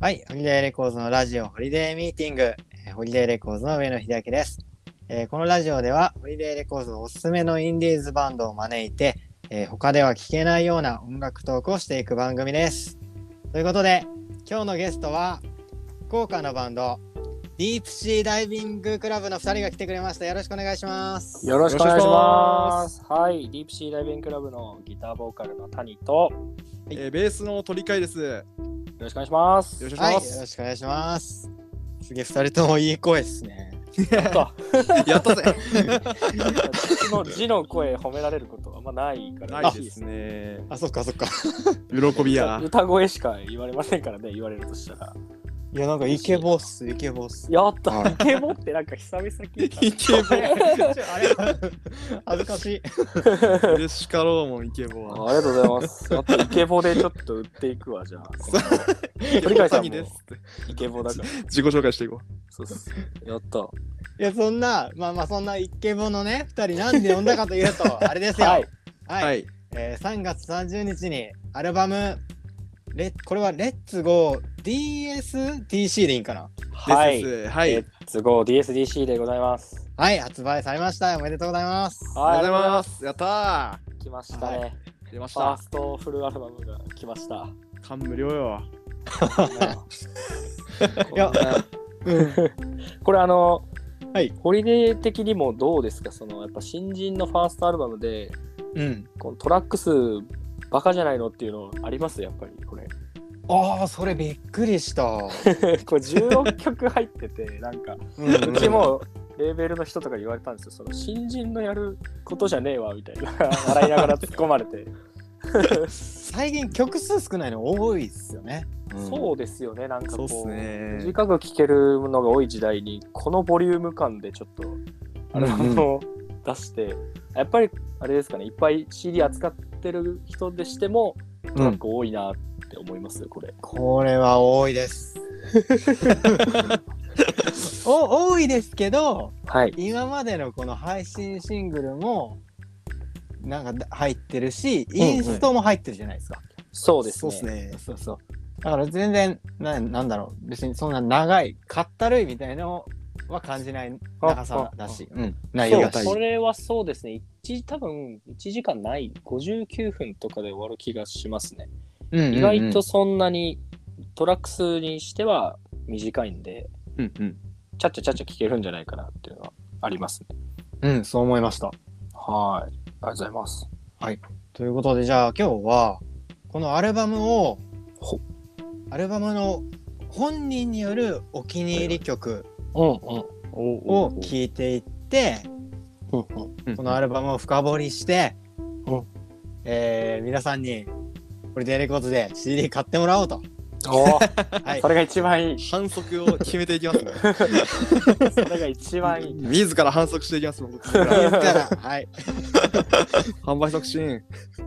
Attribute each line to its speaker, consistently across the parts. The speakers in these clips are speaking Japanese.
Speaker 1: はい、ホリデーレコーズのラジオホリデーミーティング、えーホリデーレコーズの上野秀明です、えーこのラジオではホリデーレコーズのおすすめのインディーズバンドを招いて、えー他では聞けないような音楽トークをしていく番組です。ということで、今日のゲストは福岡のバンド、ディープシーダイビングクラブの2人が来てくれました。よろしくお願いします。
Speaker 2: よろしくお願いします。はい、ディープシーダイビングクラブのギターボーカルの谷と、よ
Speaker 1: はい
Speaker 3: えーベースの鳥飼です。よ
Speaker 2: ろしくお願いします。
Speaker 3: ろしくお
Speaker 1: はい、
Speaker 3: 願い
Speaker 1: よ
Speaker 3: し
Speaker 1: ろしくお願いします。すげえ、2人ともいい声ですね。
Speaker 3: ます。やったぜ。
Speaker 2: 私の字の声褒められることはあんまないから、
Speaker 3: ないですね。
Speaker 1: あ、そっかそっか。
Speaker 3: 喜び
Speaker 2: 歌
Speaker 3: や。
Speaker 2: 歌声しか言われませんからね、言われるとしたら。
Speaker 1: いや、なんかイケボっす、イケボっす。
Speaker 2: やった、
Speaker 1: はい
Speaker 2: イケボってなんか久々聞いた。
Speaker 3: イケ
Speaker 1: あれ恥ずかしい。
Speaker 3: ボ。嬉しかろうもん、イケボ
Speaker 2: あ
Speaker 3: は。
Speaker 2: ありがとうございます。あとイケボでちょっと売っていくわ、じゃあ。
Speaker 3: イケ
Speaker 2: 鳥飼
Speaker 3: ボ
Speaker 2: さん
Speaker 3: 谷
Speaker 2: も
Speaker 3: です。
Speaker 2: イケボだから。
Speaker 3: 自己紹介していこ
Speaker 2: そうっすやった。
Speaker 1: いや、そんな、まあまあ、そんなイケボのね、二人なんで呼んだかというと、あれですよ。
Speaker 2: は
Speaker 1: はい
Speaker 2: い。。
Speaker 3: う。はい。
Speaker 1: えー3月30日にアルバム、レこれはレッツゴー DSTC でいいんかな
Speaker 2: は
Speaker 3: で
Speaker 2: い。
Speaker 3: す。は
Speaker 2: レ
Speaker 3: い。
Speaker 2: ッツゴー DSDC でございます。
Speaker 1: はい、発売されました。おめでとうございます。
Speaker 3: あ
Speaker 2: は
Speaker 3: りがとうございま。す。やった
Speaker 2: 来ましたね。
Speaker 3: ー。出まし
Speaker 2: ファ
Speaker 3: た
Speaker 2: ー。ストフルアルバムが来ました。
Speaker 3: 感無量よ。
Speaker 1: いや
Speaker 2: こんな
Speaker 1: うん。
Speaker 2: これあの、
Speaker 1: はい
Speaker 2: ホリデー的にもどうですかそのやっぱ新人のファーストアルバムで
Speaker 1: うん。
Speaker 2: このトラック数バカじゃないのっていうのありますやっぱりこれ。
Speaker 1: ああ、それびっくりした。
Speaker 2: これ16曲入っててなんか
Speaker 1: うん
Speaker 3: う
Speaker 2: うちもレーベルの人とか言われたんですよその新人のやることじゃねえわみたいな笑いながら突っ込まれて、
Speaker 1: 最近曲数少ないの多いっすよね。
Speaker 2: そうですよねなんか
Speaker 3: そう
Speaker 2: こ
Speaker 3: っす
Speaker 2: う
Speaker 3: ね。
Speaker 2: 短く聴けるのが多い時代にこのボリューム感でちょっとアルバムを出して、やっぱりあれですかねいっぱい CD 扱ってる人でしてもトラック多いなって思いますよこれ
Speaker 1: これは多いです。 お多いですけど
Speaker 2: はい
Speaker 1: 今までのこの配信シングルもなんか入ってるし
Speaker 2: んうん
Speaker 1: インストも入ってるじゃないですか。
Speaker 2: そうです
Speaker 3: そう
Speaker 2: ね
Speaker 3: っすね。
Speaker 1: そうそうだから全然ななんだろう別にそんな長いかったるいみたいのは感じない長さだし、うん、内容
Speaker 2: そう
Speaker 1: が
Speaker 3: 大
Speaker 1: し
Speaker 3: 事
Speaker 2: これはそうですね一多分1時間ない59分とかで終わる気がしますね
Speaker 1: うんうんうん
Speaker 2: 意外とそんなにトラック数にしては短いんで
Speaker 3: うんうん。
Speaker 2: ちゃっちゃちゃっちゃ聴けるんじゃないかなっていうのはありますね
Speaker 1: うんそう思いました。
Speaker 2: はいありがとうございます
Speaker 1: ということでじゃあ今日はこのアルバムを
Speaker 2: ほ
Speaker 1: アルバムの本人によるお気に入り曲
Speaker 2: うんうん
Speaker 1: を
Speaker 3: お
Speaker 1: 聴いていって
Speaker 2: うん
Speaker 1: このアルバムを深掘りして
Speaker 2: うん、
Speaker 1: えー皆さんにこれでレコードで CD 買ってもらおうと。
Speaker 2: おー
Speaker 1: はい
Speaker 2: そ、れが一番いい。
Speaker 3: 反則を決めていきます ね。
Speaker 2: それが一番いい。
Speaker 3: 自ら反則していきますもん。僕自
Speaker 1: 言っ
Speaker 3: ら
Speaker 1: たらはい、
Speaker 3: 販売促進。よ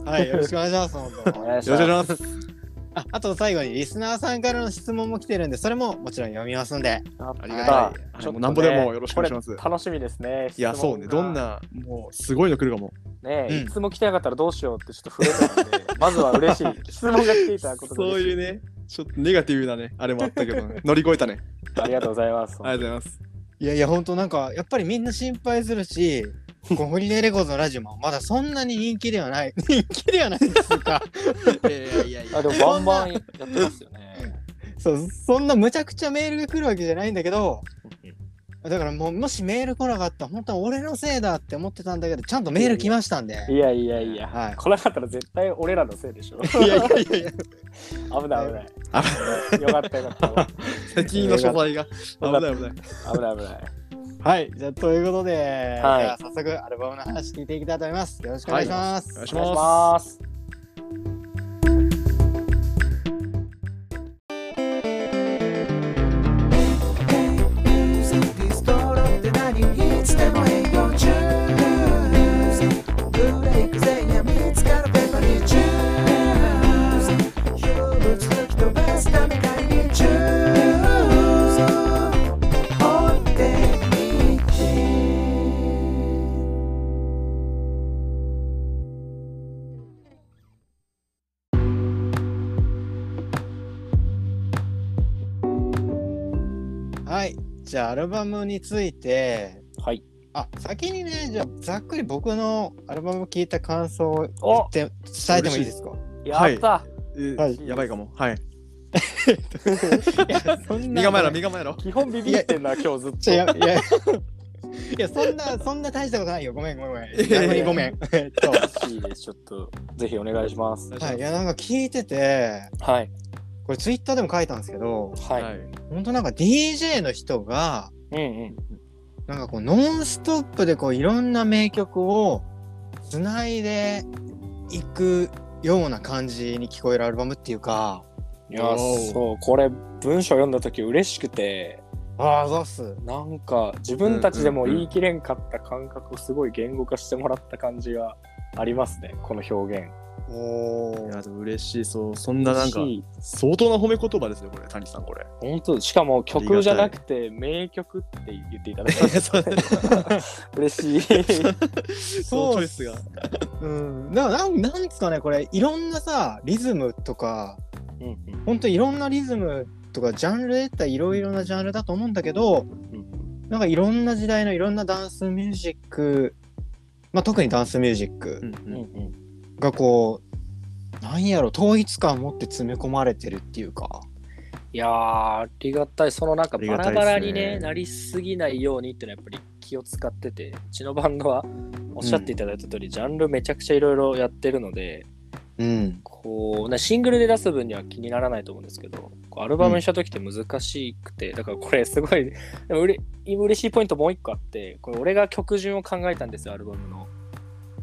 Speaker 1: はい、よろしくお願いします。本
Speaker 2: お
Speaker 1: 当
Speaker 2: 願いし
Speaker 3: ろしくお願
Speaker 2: ま
Speaker 3: いします。
Speaker 1: ああと最後にリスナーさんからの質問も来てるんでそれももちろん読みますんで。
Speaker 3: あ
Speaker 2: す。
Speaker 3: り
Speaker 2: や
Speaker 3: が
Speaker 2: った
Speaker 3: い
Speaker 2: た。
Speaker 3: はい
Speaker 2: ちょっとね
Speaker 3: もうなんぼでもよろしくお願いします
Speaker 2: これ楽しみですね。
Speaker 3: いや、そうね。
Speaker 2: 質
Speaker 3: ど
Speaker 2: 問
Speaker 3: ん
Speaker 2: が。
Speaker 3: な、もう、すごいの来るかも。
Speaker 2: ねえ
Speaker 1: うん
Speaker 2: いつも来てなかったらどうしようってちょっと触れたの で、まずは嬉しい。質問が来ていたことが
Speaker 3: そ
Speaker 2: 嬉
Speaker 3: う
Speaker 2: し
Speaker 3: いうね、ちょっとネガティブなね、あれもあったけど、 ね、乗り越えたね。
Speaker 2: い。ありがとうございます。
Speaker 3: ありがとうございます。
Speaker 1: いやいや本当なんかやっぱりみんな心配するしこうホリデーレコードのラジオもまだそんなに人気ではない人気ではないですか
Speaker 3: いやい
Speaker 2: あ、でもバンバンやってますよね。
Speaker 1: そうそんなむちゃくちゃメールが来るわけじゃないんだけどだからもうもしメール来なかったら本当は俺のせいだって思ってたんだけどちゃんとメール来ましたんで
Speaker 2: いやいやいや、
Speaker 1: はい
Speaker 2: 来なかったら絶対俺らのせいでし ょ。
Speaker 3: いやいやいやいや、
Speaker 2: 危ない危ない。
Speaker 3: あ
Speaker 2: よかったよかった。
Speaker 3: 責任の所在が。危ない危ない。
Speaker 2: 危ない危ない。
Speaker 1: はいじゃあということで、
Speaker 2: はい
Speaker 1: じゃあ早速アルバムの話聞いていきたいと思いますよろしくお願いします、
Speaker 3: はいお願いし
Speaker 2: お願いし
Speaker 3: ま
Speaker 2: ます。
Speaker 4: ミュージックディストロって何いつでも営業中ブレイク前夜見つかるペーパーにチューズ有物吹き飛ばすため買いにチューズ本でいい
Speaker 1: じゃあアルバムについて
Speaker 2: はい。
Speaker 1: あ先にねじゃあざっくり僕のアルバムを聞いた感想を言って伝えてもいいですか
Speaker 2: やった、
Speaker 3: え
Speaker 1: はい
Speaker 3: やばいかも。はい。
Speaker 1: いやそん
Speaker 3: 身構えろ、身構えろ。
Speaker 2: 基本ビビってんな、今日ずっ
Speaker 1: ちょいや
Speaker 2: と。
Speaker 1: いやいやそんなそんな大したことないよごめんごめんごめん
Speaker 3: いやいや
Speaker 1: 逆にごめんえっと
Speaker 2: いいです、ちょっと、ぜひお願いします。
Speaker 1: はいいやなんか聞いてて
Speaker 2: はい。
Speaker 1: これツイッターでも書いたんですけど
Speaker 2: はい。
Speaker 3: はい。
Speaker 1: 本当なんか DJ の人が
Speaker 2: うんうん。
Speaker 1: なんかこうノンストップでこういろんな名曲をつないでいくような感じに聞こえるアルバムっていうか
Speaker 2: いや
Speaker 3: おー
Speaker 2: そうこれ文章読んだ時嬉しくて
Speaker 1: ああざっす
Speaker 2: なんか自分たちでも言い切れんかった感覚をすごい言語化してもらった感じがありますねこの表現
Speaker 1: お
Speaker 3: い
Speaker 1: ー
Speaker 3: や、でも嬉しい、そう。そんななんか
Speaker 2: 嬉、しい
Speaker 3: 相当な褒め言葉ですね、これ、谷さん、これ。
Speaker 2: 本当しかも曲じゃなくて名曲って言っていただいて
Speaker 3: そう
Speaker 2: 嬉しい
Speaker 3: そうチョイスが。
Speaker 1: うんだからなんなんですかねこれいろんなさリズムとか
Speaker 2: うんうん
Speaker 1: 本当いろんなリズムとかジャンルでいったらいろいろなジャンルだと思うんだけど
Speaker 2: うん
Speaker 1: なんかいろんな時代のいろんなダンスミュージック、まあ、特にダンスミュージック
Speaker 2: うんうん
Speaker 1: がこうなんやろ統一感を持って詰め込まれてるっていうか
Speaker 2: いやーありがたいそのなんか
Speaker 3: あ
Speaker 2: バ
Speaker 3: りがた
Speaker 2: ラ
Speaker 3: いっすね
Speaker 2: バラに、ねなりすぎないようにっていうのはやっぱり気を使っててうちのバンドはおっしゃっていただいた通り、ジャンルめちゃくちゃいろいろやってるので
Speaker 1: うん
Speaker 2: こうねシングルで出す分には気にならないと思うんですけどこうアルバムにした時って難しくて、だからこれすごいでもうれ今嬉しいポイントもう一個あってこれ俺が曲順を考えたんですよアルバムの。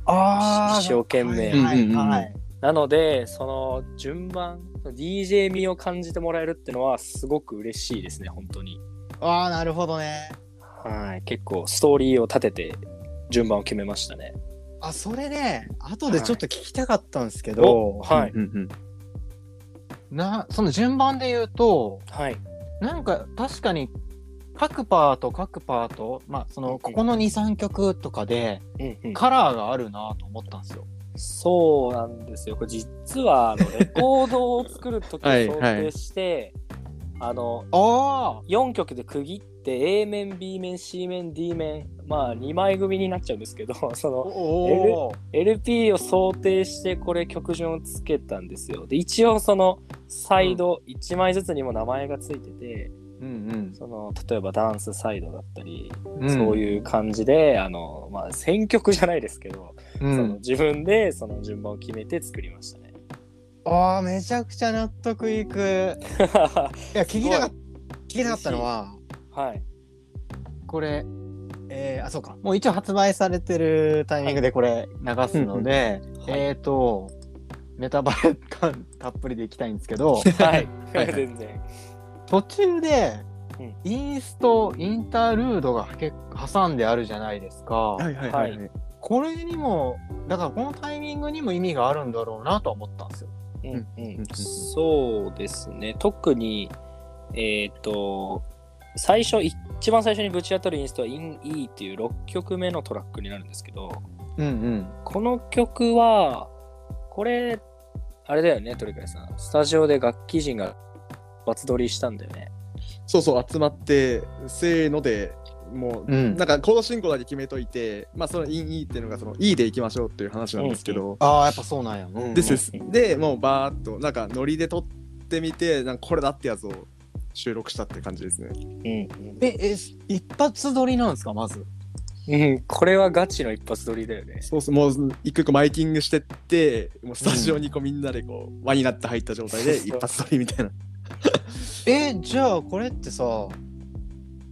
Speaker 1: あ
Speaker 2: ー一生懸命
Speaker 1: はいは
Speaker 3: う
Speaker 1: い
Speaker 2: なのでその順番 DJ 味を感じてもらえるってのはすごく嬉しいですね本当に。
Speaker 1: ああなるほどね
Speaker 2: はい、結構ストーリーを立てて順番を決めましたね。
Speaker 1: あそれね後でちょっと聞きたかったんですけど、
Speaker 2: はい、
Speaker 3: うんうん
Speaker 1: なその順番で言うと
Speaker 2: はい、
Speaker 1: なんか確かに各パート各パートまあそ
Speaker 2: うんう
Speaker 1: の
Speaker 2: ん
Speaker 1: ここの23曲とかで
Speaker 2: うんうん、
Speaker 1: カラーがあるなと思ったんですよ。
Speaker 2: そうなんですよ。これ実はあの レコードを作る時を
Speaker 3: はい
Speaker 2: 想定して、あの
Speaker 1: あ
Speaker 2: 4曲で区切って A 面 B 面 C 面 D 面まあ2枚組になっちゃうんですけど そ
Speaker 1: あ
Speaker 2: の
Speaker 1: おお
Speaker 2: LP を想定してこれ曲順をつけたんですよ。で一応そのサイド1枚ずつにも名前がついてて、
Speaker 3: うん
Speaker 2: その例えばダンスサイドだったり
Speaker 3: うん。
Speaker 2: そう
Speaker 3: い
Speaker 2: いう感じで、あの、まあ、選曲じゃないですけど、
Speaker 3: う
Speaker 2: その
Speaker 3: ん。
Speaker 2: 自分でその順番を決めて作りましたね。
Speaker 1: あーめちゃくちゃ納得いく。いや聞きたかっ
Speaker 2: す
Speaker 1: 聞きたかったのは
Speaker 2: はい。
Speaker 1: これえー、あそうかもう一応発売されてるタイミングでこれ流すので、
Speaker 2: うんはい
Speaker 1: えっ、ー、とネタバレ感たっぷりでいきたいんですけど
Speaker 2: はい。
Speaker 3: はい
Speaker 2: 全然。
Speaker 1: 途中で
Speaker 2: うん
Speaker 1: インストインタールードがけ挟んであるじゃないですか。
Speaker 3: はいはいはいはい。
Speaker 1: これにもだからこのタイミングにも意味があるんだろうなとは思ったんですよ。
Speaker 2: うんう
Speaker 3: うん
Speaker 2: ん、そうですね。特に、えっ、と、最初、一番最初にぶち当たるインストは In E っていう6曲目のトラックになるんですけど、
Speaker 1: うんうん。
Speaker 2: この曲は、これ、あれだよね、鳥飼さん。スタジオで楽器人がバツ撮りしたんだよね。
Speaker 3: そうそう、集まって、せーので、もう、
Speaker 1: うん、
Speaker 3: なんかコード進行だけ決めといて、まあ、その in E っていうのが、その E でいきましょうっていう話なんですけど、
Speaker 1: ああやっぱそうなんや。うん
Speaker 3: ですです。で、もうバーっと、なんかノリで撮ってみて、なんかこれだってやつを収録したって感じですね。
Speaker 2: うん、
Speaker 1: ええ一発撮りなんですかまず。
Speaker 2: うん、これはガチの一発撮りだよね。
Speaker 3: そうそう、もう一個一個マイキングしてって、もうスタジオにこうみんなでこう、輪になって入った状態で
Speaker 2: そう
Speaker 3: 一
Speaker 2: そう
Speaker 3: 発撮りみたいな。
Speaker 1: えじゃあこれってさ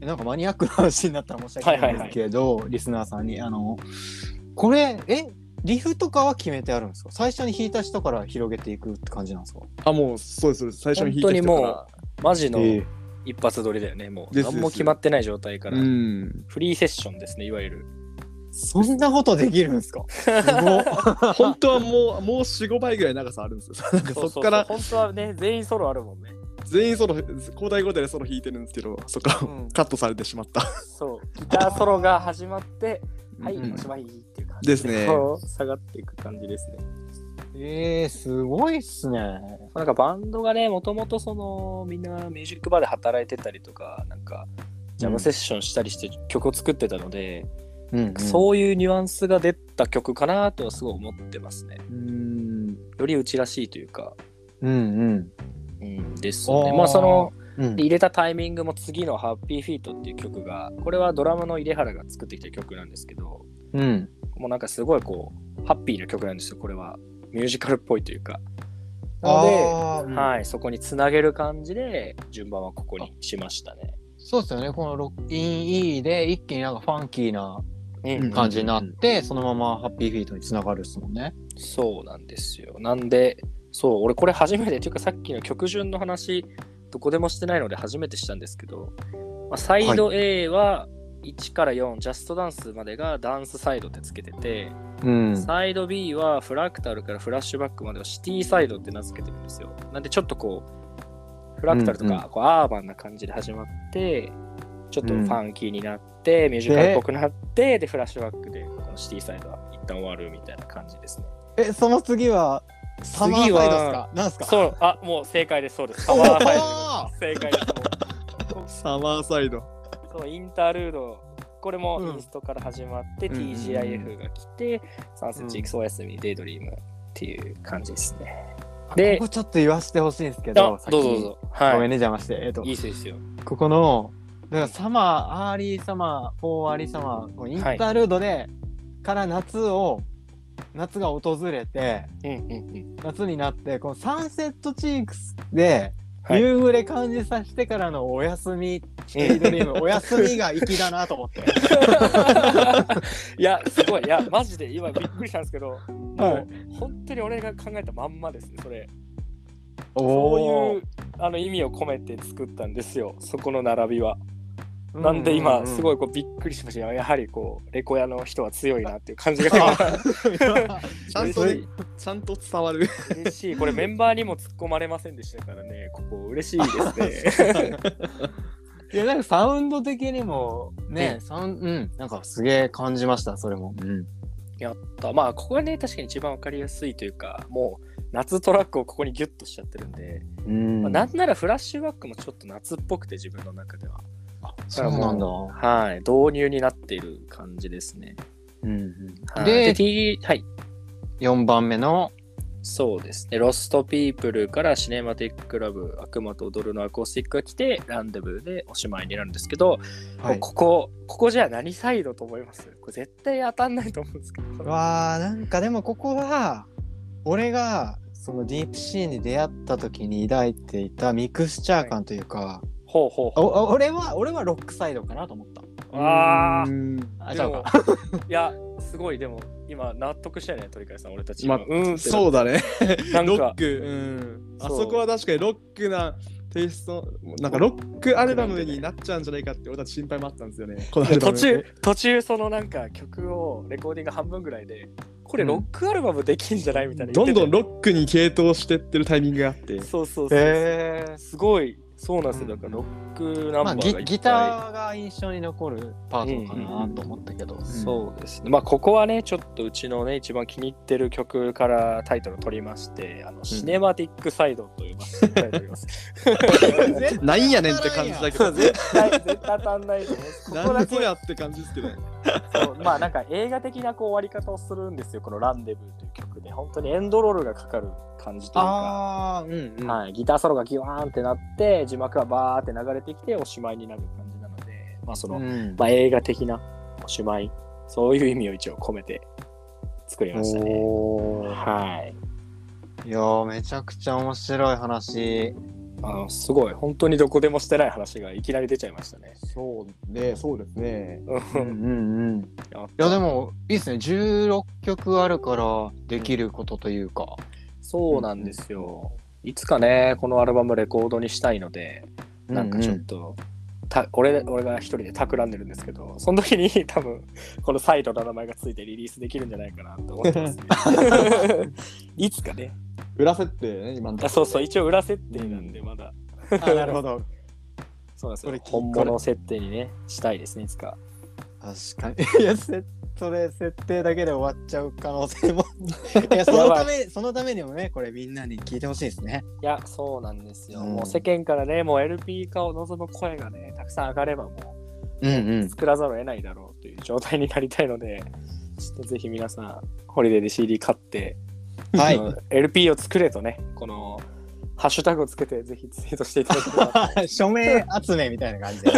Speaker 1: えなんかマニアックな話になったら申し訳ないんですけど、リスナーさんにあのこれえリフとかは決めてあるんですか最初に弾いた人から広げていくって感じなんですか
Speaker 3: あ、もうそうです、そうです。最初に弾いて
Speaker 2: 本当にもマジの
Speaker 1: え
Speaker 2: 一発撮りだよね。もう
Speaker 3: ですです
Speaker 2: 何も決まってない状態から。
Speaker 3: うん。
Speaker 2: フリーセッションですね、いわゆる。
Speaker 1: そんなことできるんですかすごっ
Speaker 3: 本当はもう、もう4、5倍ぐらい長さあるんです よ。なんかそっから
Speaker 2: そうそうそう本当はね、全員ソロあるもんね。
Speaker 3: 全員ソロ、交代交代でソロ弾いてるんですけど、そっから
Speaker 2: うん
Speaker 3: カットされてしまった。
Speaker 2: そう。ギターソロが始まって、はい、
Speaker 3: うん
Speaker 2: おしまいっていう感じ
Speaker 3: ですね
Speaker 2: こう下がっていく感じですね。
Speaker 1: えー、すごいっすね
Speaker 2: なんかバンドがね、もともとそのみんなミュージックバーで働いてたりとか、なんかジャムセッションしたりして曲を作ってたので、
Speaker 1: うんうん、
Speaker 2: そういうニュアンスが出た曲かなとはすごい思ってますね。
Speaker 1: うん
Speaker 2: よりうちらしいというか、
Speaker 1: うんうん
Speaker 2: うん、ですよね。
Speaker 1: おー
Speaker 2: まあその
Speaker 1: うん
Speaker 2: 入れたタイミングも次の「ハッピーフィートっていう曲がこれはドラムの入れ原が作ってきた曲なんですけど
Speaker 1: うん
Speaker 2: もうなんかすごいこうハッピーな曲なんですよこれはミュージカルっぽいというかなの
Speaker 1: あーう
Speaker 2: で、
Speaker 1: ん
Speaker 2: はい、そこにつなげる感じで順番はここにしましたね、
Speaker 1: そうですよねこのロッキン E で一気になんかファンキーな
Speaker 2: うん
Speaker 1: 感じになって、そのままハッピーフィートにつながるっすもんね。
Speaker 2: そうなんですよなんでそう俺これ初めてというかさっきの曲順の話どこでもしてないので初めてしたんですけど、まあ、サイド A は1から4、ジャストダンスまでがダンスサイドってつけてて、
Speaker 1: うん
Speaker 2: サイド B はフラクタルからフラッシュバックまでをシティサイドって名付けてるんですよ。なんでちょっとこう、フラクタルと
Speaker 1: うん
Speaker 2: かこうアーバンな感じで始まって、ちょっとファンキーになって、ミュージカルっぽくなって、で、フラッシュバックでこのシティサイドは一旦終わるみたいな感じですね。
Speaker 1: えその次はサマーサイドっすかなんすか
Speaker 2: そう、あ、もう正解です、そうです。サマーサイドです。正解です。
Speaker 3: サマーサイド。
Speaker 2: もうそう、インタールード、これも
Speaker 3: うん
Speaker 2: インストから始まって、
Speaker 3: うんうんうん
Speaker 2: TGIF が来て、サンセッチ、クソおやすみ、デイドリームっていう感じですね。
Speaker 1: で
Speaker 2: で
Speaker 1: ここちょっと言わせてほしいんですけど
Speaker 2: あどうぞどうぞ。
Speaker 1: 先に
Speaker 2: は
Speaker 1: ご
Speaker 2: い。
Speaker 1: めんね邪魔して、えっと
Speaker 2: いいですよ。
Speaker 1: ここのだからサマーアーリーサマーフォーアーリーサマーこうインタールードで、から夏を夏が訪れて
Speaker 2: うんうんうん。
Speaker 1: 夏になってこのサンセットチークスで
Speaker 2: はい
Speaker 1: 夕暮れ感じさせてからのお休み、エイドリームお休みが粋だなと思って
Speaker 2: いや、すごい。いや、マジで今びっくりしたんですけど、
Speaker 1: はい
Speaker 2: もう本当に俺が考えたまんまですね、それ。
Speaker 1: お
Speaker 2: そうい
Speaker 1: ー
Speaker 2: うあの意味を込めて作ったんですよ、そこの並びは。なんで
Speaker 1: うん
Speaker 2: 今、
Speaker 1: うんうん
Speaker 2: すごいこうびっくりしました。やはりこう、レコ屋の人は強いなっていう感じが
Speaker 3: ちゃんと
Speaker 2: 嬉
Speaker 3: ね
Speaker 2: しい、
Speaker 3: ちゃんと伝わる。
Speaker 2: 嬉しい。これメンバーにも突っ込まれませんでしたからね、ここ嬉しいですね。
Speaker 1: いやなんかサウンド的にもね、
Speaker 2: う
Speaker 1: サウンうんなんかすげえ感じましたそれも、うん、
Speaker 2: やった。 まあ、ここがね、確かに一番わかりやすいというか、もう夏トラックをここにギュッとしちゃってるんで、
Speaker 1: うん
Speaker 2: まあ、なんならフラッシュバックもちょっと夏っぽくて自分の中では
Speaker 1: そうなんだ、
Speaker 2: はい導入になっている感じですね、
Speaker 1: うん
Speaker 2: はい、
Speaker 1: で
Speaker 2: T はい
Speaker 1: 4番目の
Speaker 2: そうですねロストピープルからシネマティックラブ悪魔と踊るのアコースティックが来てランデブーでおしまいになるんですけど、もうここここじゃあ何サイドと思いますこれ絶対当たんないと思うんですけど
Speaker 1: わあなんかでもここは俺がそのディープシーに出会った時に抱いていたミクスチャー感というか、
Speaker 2: ほうほう
Speaker 1: お
Speaker 2: ほう
Speaker 1: お俺は俺はロックサイドかなと思った
Speaker 2: あ
Speaker 3: うーん
Speaker 1: あ
Speaker 2: で
Speaker 1: 違う
Speaker 2: も
Speaker 1: か
Speaker 2: いやすごいでも今納得したよね鳥飼さん俺たち
Speaker 3: ま
Speaker 2: 今、うん
Speaker 3: そうだね。
Speaker 2: うなん
Speaker 3: ロ
Speaker 2: か
Speaker 3: ック。うん。あ
Speaker 2: そう
Speaker 3: そこは確かにロックなテイスト、なんかロックアルバムになっちゃうんじゃないかって俺たち心配もあったんですよね。このアルバ
Speaker 2: 途
Speaker 3: ム
Speaker 2: 中途中そのなんか曲をレコーディング半分ぐらいでこれロックアルバムできんじゃないみたいな
Speaker 3: どんどん
Speaker 2: ロ
Speaker 3: ロックに傾倒してってるタイミングがあって。
Speaker 2: そうそうそう、
Speaker 1: へえ
Speaker 2: すごいそうなんですよ
Speaker 1: う
Speaker 2: だ
Speaker 1: ん
Speaker 2: からロックナ
Speaker 1: ま
Speaker 2: ンバ
Speaker 1: あ
Speaker 2: ーがいっ
Speaker 1: ギ
Speaker 2: ぱい、
Speaker 1: ギターが印象に残るパートかなと思ったけど、
Speaker 2: そうですねまあここはねちょっとうちのね一番気に入ってる曲からタイトルを取りましてあの、シネマティックサイドというタイトルです
Speaker 3: なんやねんって感じだけど。
Speaker 2: 絶対絶対当たんないと思うんですここ
Speaker 3: なん
Speaker 2: だけ
Speaker 3: ぞやって感じですけどね。
Speaker 2: そう まあなんか映画的なこう終わり方をするんですよこの「ランデブー」という曲で本当にエンドロールがかかる感じというか
Speaker 1: ああうんうん、
Speaker 2: はい、ギターソロがギワーンってなって字幕がバーって流れてきておしまいになる感じなので、まあその
Speaker 1: うん
Speaker 2: まあ、映画的なおしまいそういう意味を一応込めて作りましたね。
Speaker 1: おー
Speaker 2: はい、
Speaker 1: いやーめちゃくちゃ面白い話
Speaker 2: あのすごい本当にどこでもしてない話がいきなり出ちゃいましたね。
Speaker 3: そうね、そうですね。
Speaker 1: うんうんうんいやでもいいですね16曲あるからできることというか、
Speaker 2: そうなんですよ。いつかねこのアルバムレコードにしたいのでなんかちょっと、た俺俺が一人で企んでるんですけどその時に 多分このサイドの名前がついてリリースできるんじゃないかなと思って ます、ね、いつかね
Speaker 3: 裏設定ね、今の
Speaker 2: あそうそう一応裏設定なんでまだ、
Speaker 1: と なるほど
Speaker 2: そうなんです
Speaker 3: これ
Speaker 2: よ
Speaker 3: 聞い
Speaker 2: 本物設定にねしたいですねいつか
Speaker 1: 確かにいやせそれ設定だけで終わっちゃう可能性 もいやそのためそのためにもねこれみんなに聞いてほしいですね
Speaker 2: いやそうなんですよ、
Speaker 1: うん
Speaker 2: もう世間からねもう LP 化を望む声がねたくさん上がればも
Speaker 1: うんうん。
Speaker 2: 作らざるを得ないだろうという状態になりたいので、ちょっとぜひ皆さん、ホリデーで CD 買って、
Speaker 1: は
Speaker 2: あ
Speaker 1: い。
Speaker 2: の LP を作れとね、このハッシュタグをつけて、ぜひツイートしていただけれ ば
Speaker 1: 署名集めみたいな感じで。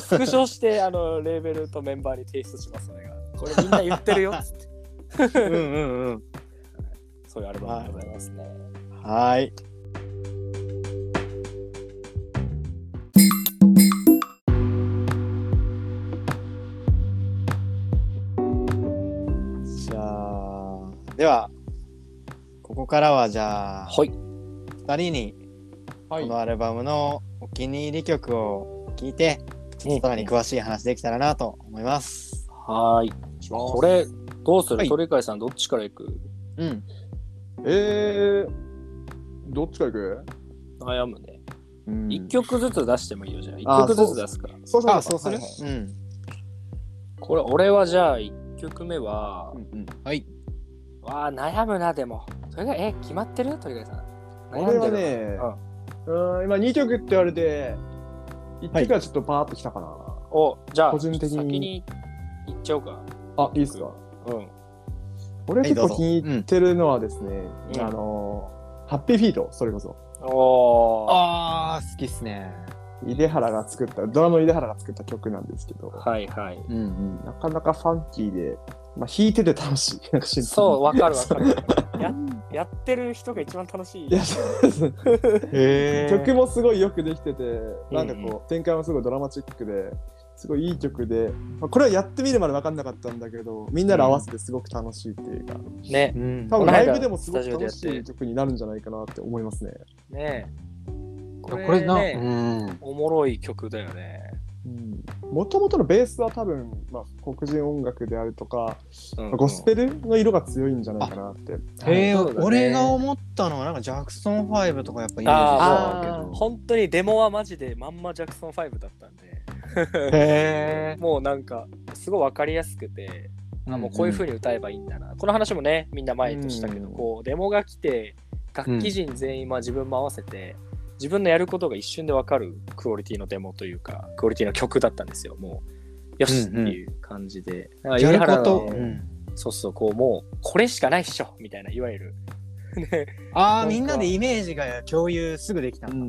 Speaker 2: スクショしてあのレーベルとメンバーに提出しますねこれみんな言ってるよっつっ て
Speaker 1: うんうんうん。
Speaker 2: そういうアルバムでございますね。
Speaker 1: はい。じゃあ、では、ここからはじゃあ、
Speaker 2: はい。
Speaker 1: 2人に
Speaker 3: は
Speaker 1: このアルバムのお気に入り曲を聞いて、ちょっとさらに詳しい話できたらなと思います。
Speaker 2: はーい。これどうする、
Speaker 1: はい
Speaker 2: 鳥飼さんどっちから行く
Speaker 1: うん。
Speaker 3: えー、どっちから行く
Speaker 2: 悩むね。
Speaker 1: うん
Speaker 2: 一曲ずつ出してもいいよじゃあ。一
Speaker 3: あー
Speaker 2: 曲ずつ出すから。
Speaker 3: そう
Speaker 1: あ、そうする、
Speaker 3: はいはい
Speaker 1: うん。
Speaker 2: これ俺はじゃあ一曲目は、
Speaker 3: うん
Speaker 1: はい。
Speaker 2: わあ悩むなでも。それがえ決まってる鳥飼さん。
Speaker 3: う
Speaker 2: 悩
Speaker 3: ん、
Speaker 2: ん
Speaker 3: 俺
Speaker 2: でる
Speaker 3: はね、うん、今2曲って言われて、1曲はちょっとパーッときたかな。
Speaker 2: おじゃあ
Speaker 3: 個人的に
Speaker 2: 先に行っちゃおうか。
Speaker 3: あ、いいっすか。
Speaker 2: うん。
Speaker 3: 俺結
Speaker 1: はいど
Speaker 3: 構
Speaker 1: うぞ
Speaker 3: 気に入ってるのはですね、
Speaker 2: うん
Speaker 3: あのー、ハッピーフィート、それこそ。
Speaker 2: おー。
Speaker 1: ああ、好きっすね。
Speaker 3: 井出原が作った、ドラムの井出原が作った曲なんですけど、
Speaker 2: はいはい。
Speaker 1: うんうん。
Speaker 3: なかなかファンキーで、まあ、弾いてて楽しい。 なんかシンプルに
Speaker 2: そう、わかるわ かる。ややってる人が一番楽しい。
Speaker 3: いやそうです
Speaker 1: へ
Speaker 3: 曲もすごいよくできてて、なんかこう、展開もすごいドラマチックで、すごいいい曲で、まあ、これはやってみるまで分かんなかったんだけど、みんなで合わせてすごく楽しいっていうか、
Speaker 2: ね。
Speaker 1: うん
Speaker 3: 多
Speaker 2: こ
Speaker 3: 分
Speaker 2: の
Speaker 3: ラ
Speaker 2: 間
Speaker 3: イブでもすご
Speaker 2: スタ
Speaker 3: く
Speaker 2: ジオで
Speaker 3: 楽
Speaker 2: やっ
Speaker 3: してい曲になるんじゃないかなって思いますね。
Speaker 2: ねこれ
Speaker 1: これな、
Speaker 2: ね、
Speaker 1: うん。
Speaker 2: おもろい曲だよね。
Speaker 3: もともとのベースは多分、まあ、黒人音楽であるとか、
Speaker 2: うん
Speaker 3: まあゴスペルの色が強いんじゃないかなって。
Speaker 1: え
Speaker 2: そうだね
Speaker 1: 俺が思ったのはなんかジャクソン5とかやっぱいいです
Speaker 2: あ
Speaker 3: ー
Speaker 1: そうだ
Speaker 2: 本当にデモはマジでまんまジャクソン5だったんで、
Speaker 1: けどへ
Speaker 2: もうなんか、すごいわかりやすくて、あもうこういう風に歌えばいいんだな。この話もね、みんな前としたけど、
Speaker 3: うん
Speaker 2: こう、デモが来て、楽器人全員、まあ自分も合わせて、自分のやることが一瞬でわかるクオリティのデモというか、クオリティの曲だったんですよ、もう。よしっていう感じで。なんか
Speaker 1: や
Speaker 2: 井
Speaker 1: る
Speaker 2: ノ原
Speaker 1: こ
Speaker 2: の
Speaker 1: と、
Speaker 3: ね
Speaker 1: うん
Speaker 2: そうそう、こう、もう、これしかないっしょみたいな、いわゆる。ね、
Speaker 1: あ
Speaker 2: な
Speaker 1: あ
Speaker 2: んか
Speaker 1: みんなでイメージが共有すぐできた、
Speaker 3: うん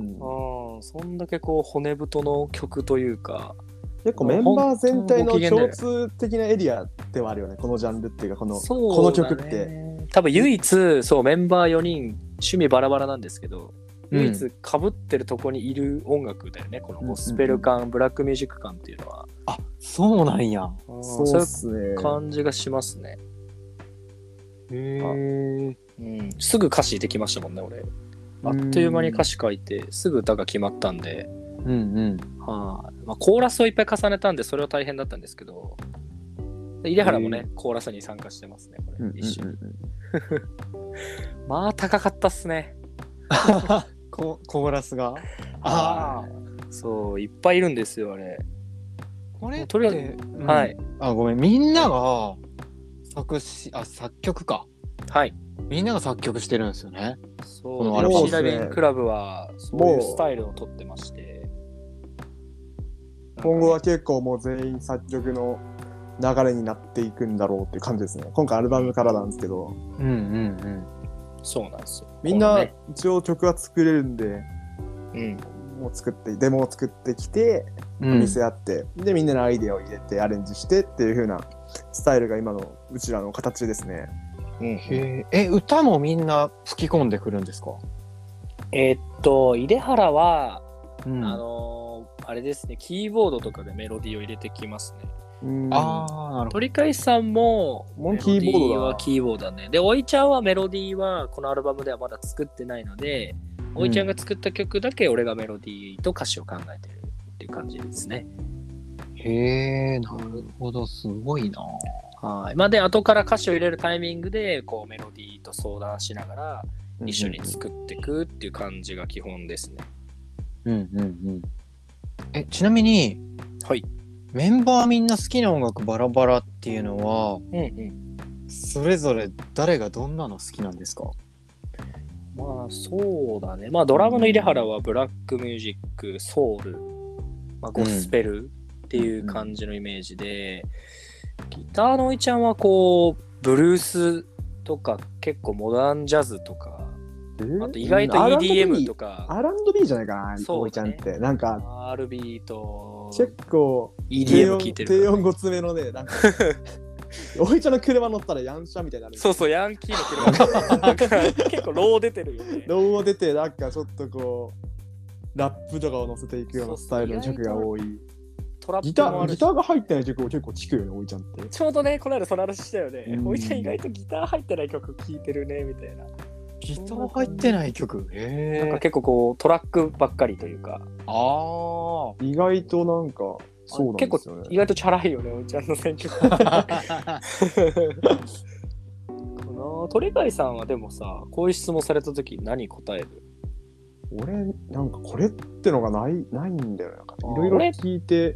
Speaker 2: うん、そんだけこう、骨太の曲というか、
Speaker 3: 結構メンバー全体
Speaker 2: 本当に
Speaker 3: の
Speaker 2: ご機嫌だよ
Speaker 3: 共通的なエリアではあるよね、このジャンルっていうか、この,、
Speaker 2: そう
Speaker 3: この曲っ
Speaker 2: だね
Speaker 3: て。
Speaker 2: 多分唯一、そう、メンバー4人、趣味バラバラなんですけど、唯一かぶってるとこにいる音楽だよね、このゴスペル感、ブラックミュージック感っていうのは、
Speaker 1: そうなんや
Speaker 2: そ
Speaker 3: そうう
Speaker 2: い
Speaker 3: っ
Speaker 2: う
Speaker 3: すね。
Speaker 2: 感じがしますね。
Speaker 1: へ
Speaker 2: うん、すぐ歌詞できましたもんね、俺。あっという間に歌詞書いて、すぐ歌が決まったんで、
Speaker 1: うんうん
Speaker 2: はい、まあ、コーラスをいっぱい重ねたんで、それは大変だったんですけど、で入原もね、コーラスに参加してますね、こ
Speaker 3: うん
Speaker 2: れ、
Speaker 3: うんうん
Speaker 2: 一緒に。まあ、高かったっすね。
Speaker 1: ココーラスがあ
Speaker 2: あそう、いっぱいいるんですよ、あれ。
Speaker 1: ーこれって
Speaker 2: とりあえ
Speaker 1: うん
Speaker 2: はい。
Speaker 1: あごめんみんなが作詞あ作曲か
Speaker 2: はい。
Speaker 1: みんなが作曲してるんですよね
Speaker 2: そ
Speaker 1: こ
Speaker 2: う、
Speaker 1: の
Speaker 2: ニ
Speaker 1: アル
Speaker 2: ュ
Speaker 1: バム
Speaker 2: ージーラリンクラブは、そういうスタイルをとってまして。
Speaker 3: 今後は結構もう全員作曲の流れになっていくんだろうっていう感じですね。今回アルバムからなんですけど、
Speaker 1: うんうんうん
Speaker 2: そうなんですよ。
Speaker 3: みん
Speaker 2: この
Speaker 3: な
Speaker 2: ね
Speaker 3: 一応曲は作れるんで、
Speaker 2: うん。
Speaker 3: もう作って、デモを作ってきて、
Speaker 1: うん
Speaker 3: 見せ合って、で、みんなのアイデアを入れて、アレンジしてっていう風なスタイルが今のうちらの形ですね。
Speaker 2: うん
Speaker 1: へええ歌もみんな吹き込んでくるんですか、
Speaker 2: えーっと、井出原は、
Speaker 1: うん
Speaker 2: あのーあれですね、キーボードとかでメロディーを入れてきますね。
Speaker 3: うん
Speaker 1: ああなるほ
Speaker 2: 鳥飼さんも、メロ
Speaker 3: もう
Speaker 2: ディ
Speaker 3: キーボードだな
Speaker 2: はキーボードだね。で、おいちゃんはメロディーはこのアルバムではまだ作ってないので、おいちゃんが作った曲だけ俺がメロディーと歌詞を考えてるっていう感じですね。
Speaker 1: どへえなるほどすごいな
Speaker 2: はい。まあ、で、後から歌詞を入れるタイミングで、こうメロディーと相談しながら、一緒に作っていくっていう感じが基本ですね。
Speaker 1: うんうんうんえちなみに
Speaker 2: はい。
Speaker 1: メンバーみんな好きな音楽バラバラっていうのは
Speaker 2: うんうん。
Speaker 1: それぞれ誰がどんなの好きなんですか
Speaker 2: まあ、そうだね。まあ、ドラムの入原はブラックミュージック、ソウル、まあ、ゴスペル、っていう感じのイメージで、ギターのおいちゃんはこうブルースとか結構モダンジャズとかあと意外と EDM と
Speaker 3: か。
Speaker 2: か
Speaker 3: R&B じゃないかな、
Speaker 2: そうね
Speaker 3: おいちゃんって。なんか、
Speaker 2: RB と
Speaker 3: 結構、低
Speaker 2: EDM
Speaker 3: 音
Speaker 2: 聞いて
Speaker 3: 低
Speaker 2: るから
Speaker 3: 音ごつめのね、な んか、おいちゃんの車乗ったらヤンシャみたいになる。
Speaker 2: そうそうヤンキーの車なんか結構ロー出てるよね
Speaker 3: ローを出て、なんかちょっとこう、ラップとかを乗せていくようなスタイルの曲が多い。
Speaker 2: トラッ
Speaker 3: ギ
Speaker 2: プ
Speaker 3: タ
Speaker 2: もあ
Speaker 3: ー、
Speaker 2: る
Speaker 3: ギ
Speaker 2: し
Speaker 3: ターが入ってない曲を結構聴くよね、おいちゃんって。
Speaker 2: ちょうどねこの間その話したよね
Speaker 3: うん
Speaker 2: おいちゃん意外とギター入ってない曲聴いてるねみたいな
Speaker 1: ギター入ってない曲
Speaker 2: なん
Speaker 1: へ
Speaker 2: か
Speaker 1: え
Speaker 2: 結構こうトラックばっかりというか
Speaker 1: あ ー
Speaker 3: 意外となんか、そうなんですよ
Speaker 2: 結構
Speaker 3: ね。
Speaker 2: 意外とチャラいよねおいちゃんの選曲 この鳥飼さんはでもさこういう質問された時何答える
Speaker 3: 俺、なんかこれってのがない、ないんだよね。なんか
Speaker 1: あー
Speaker 3: いろいろ聴いている。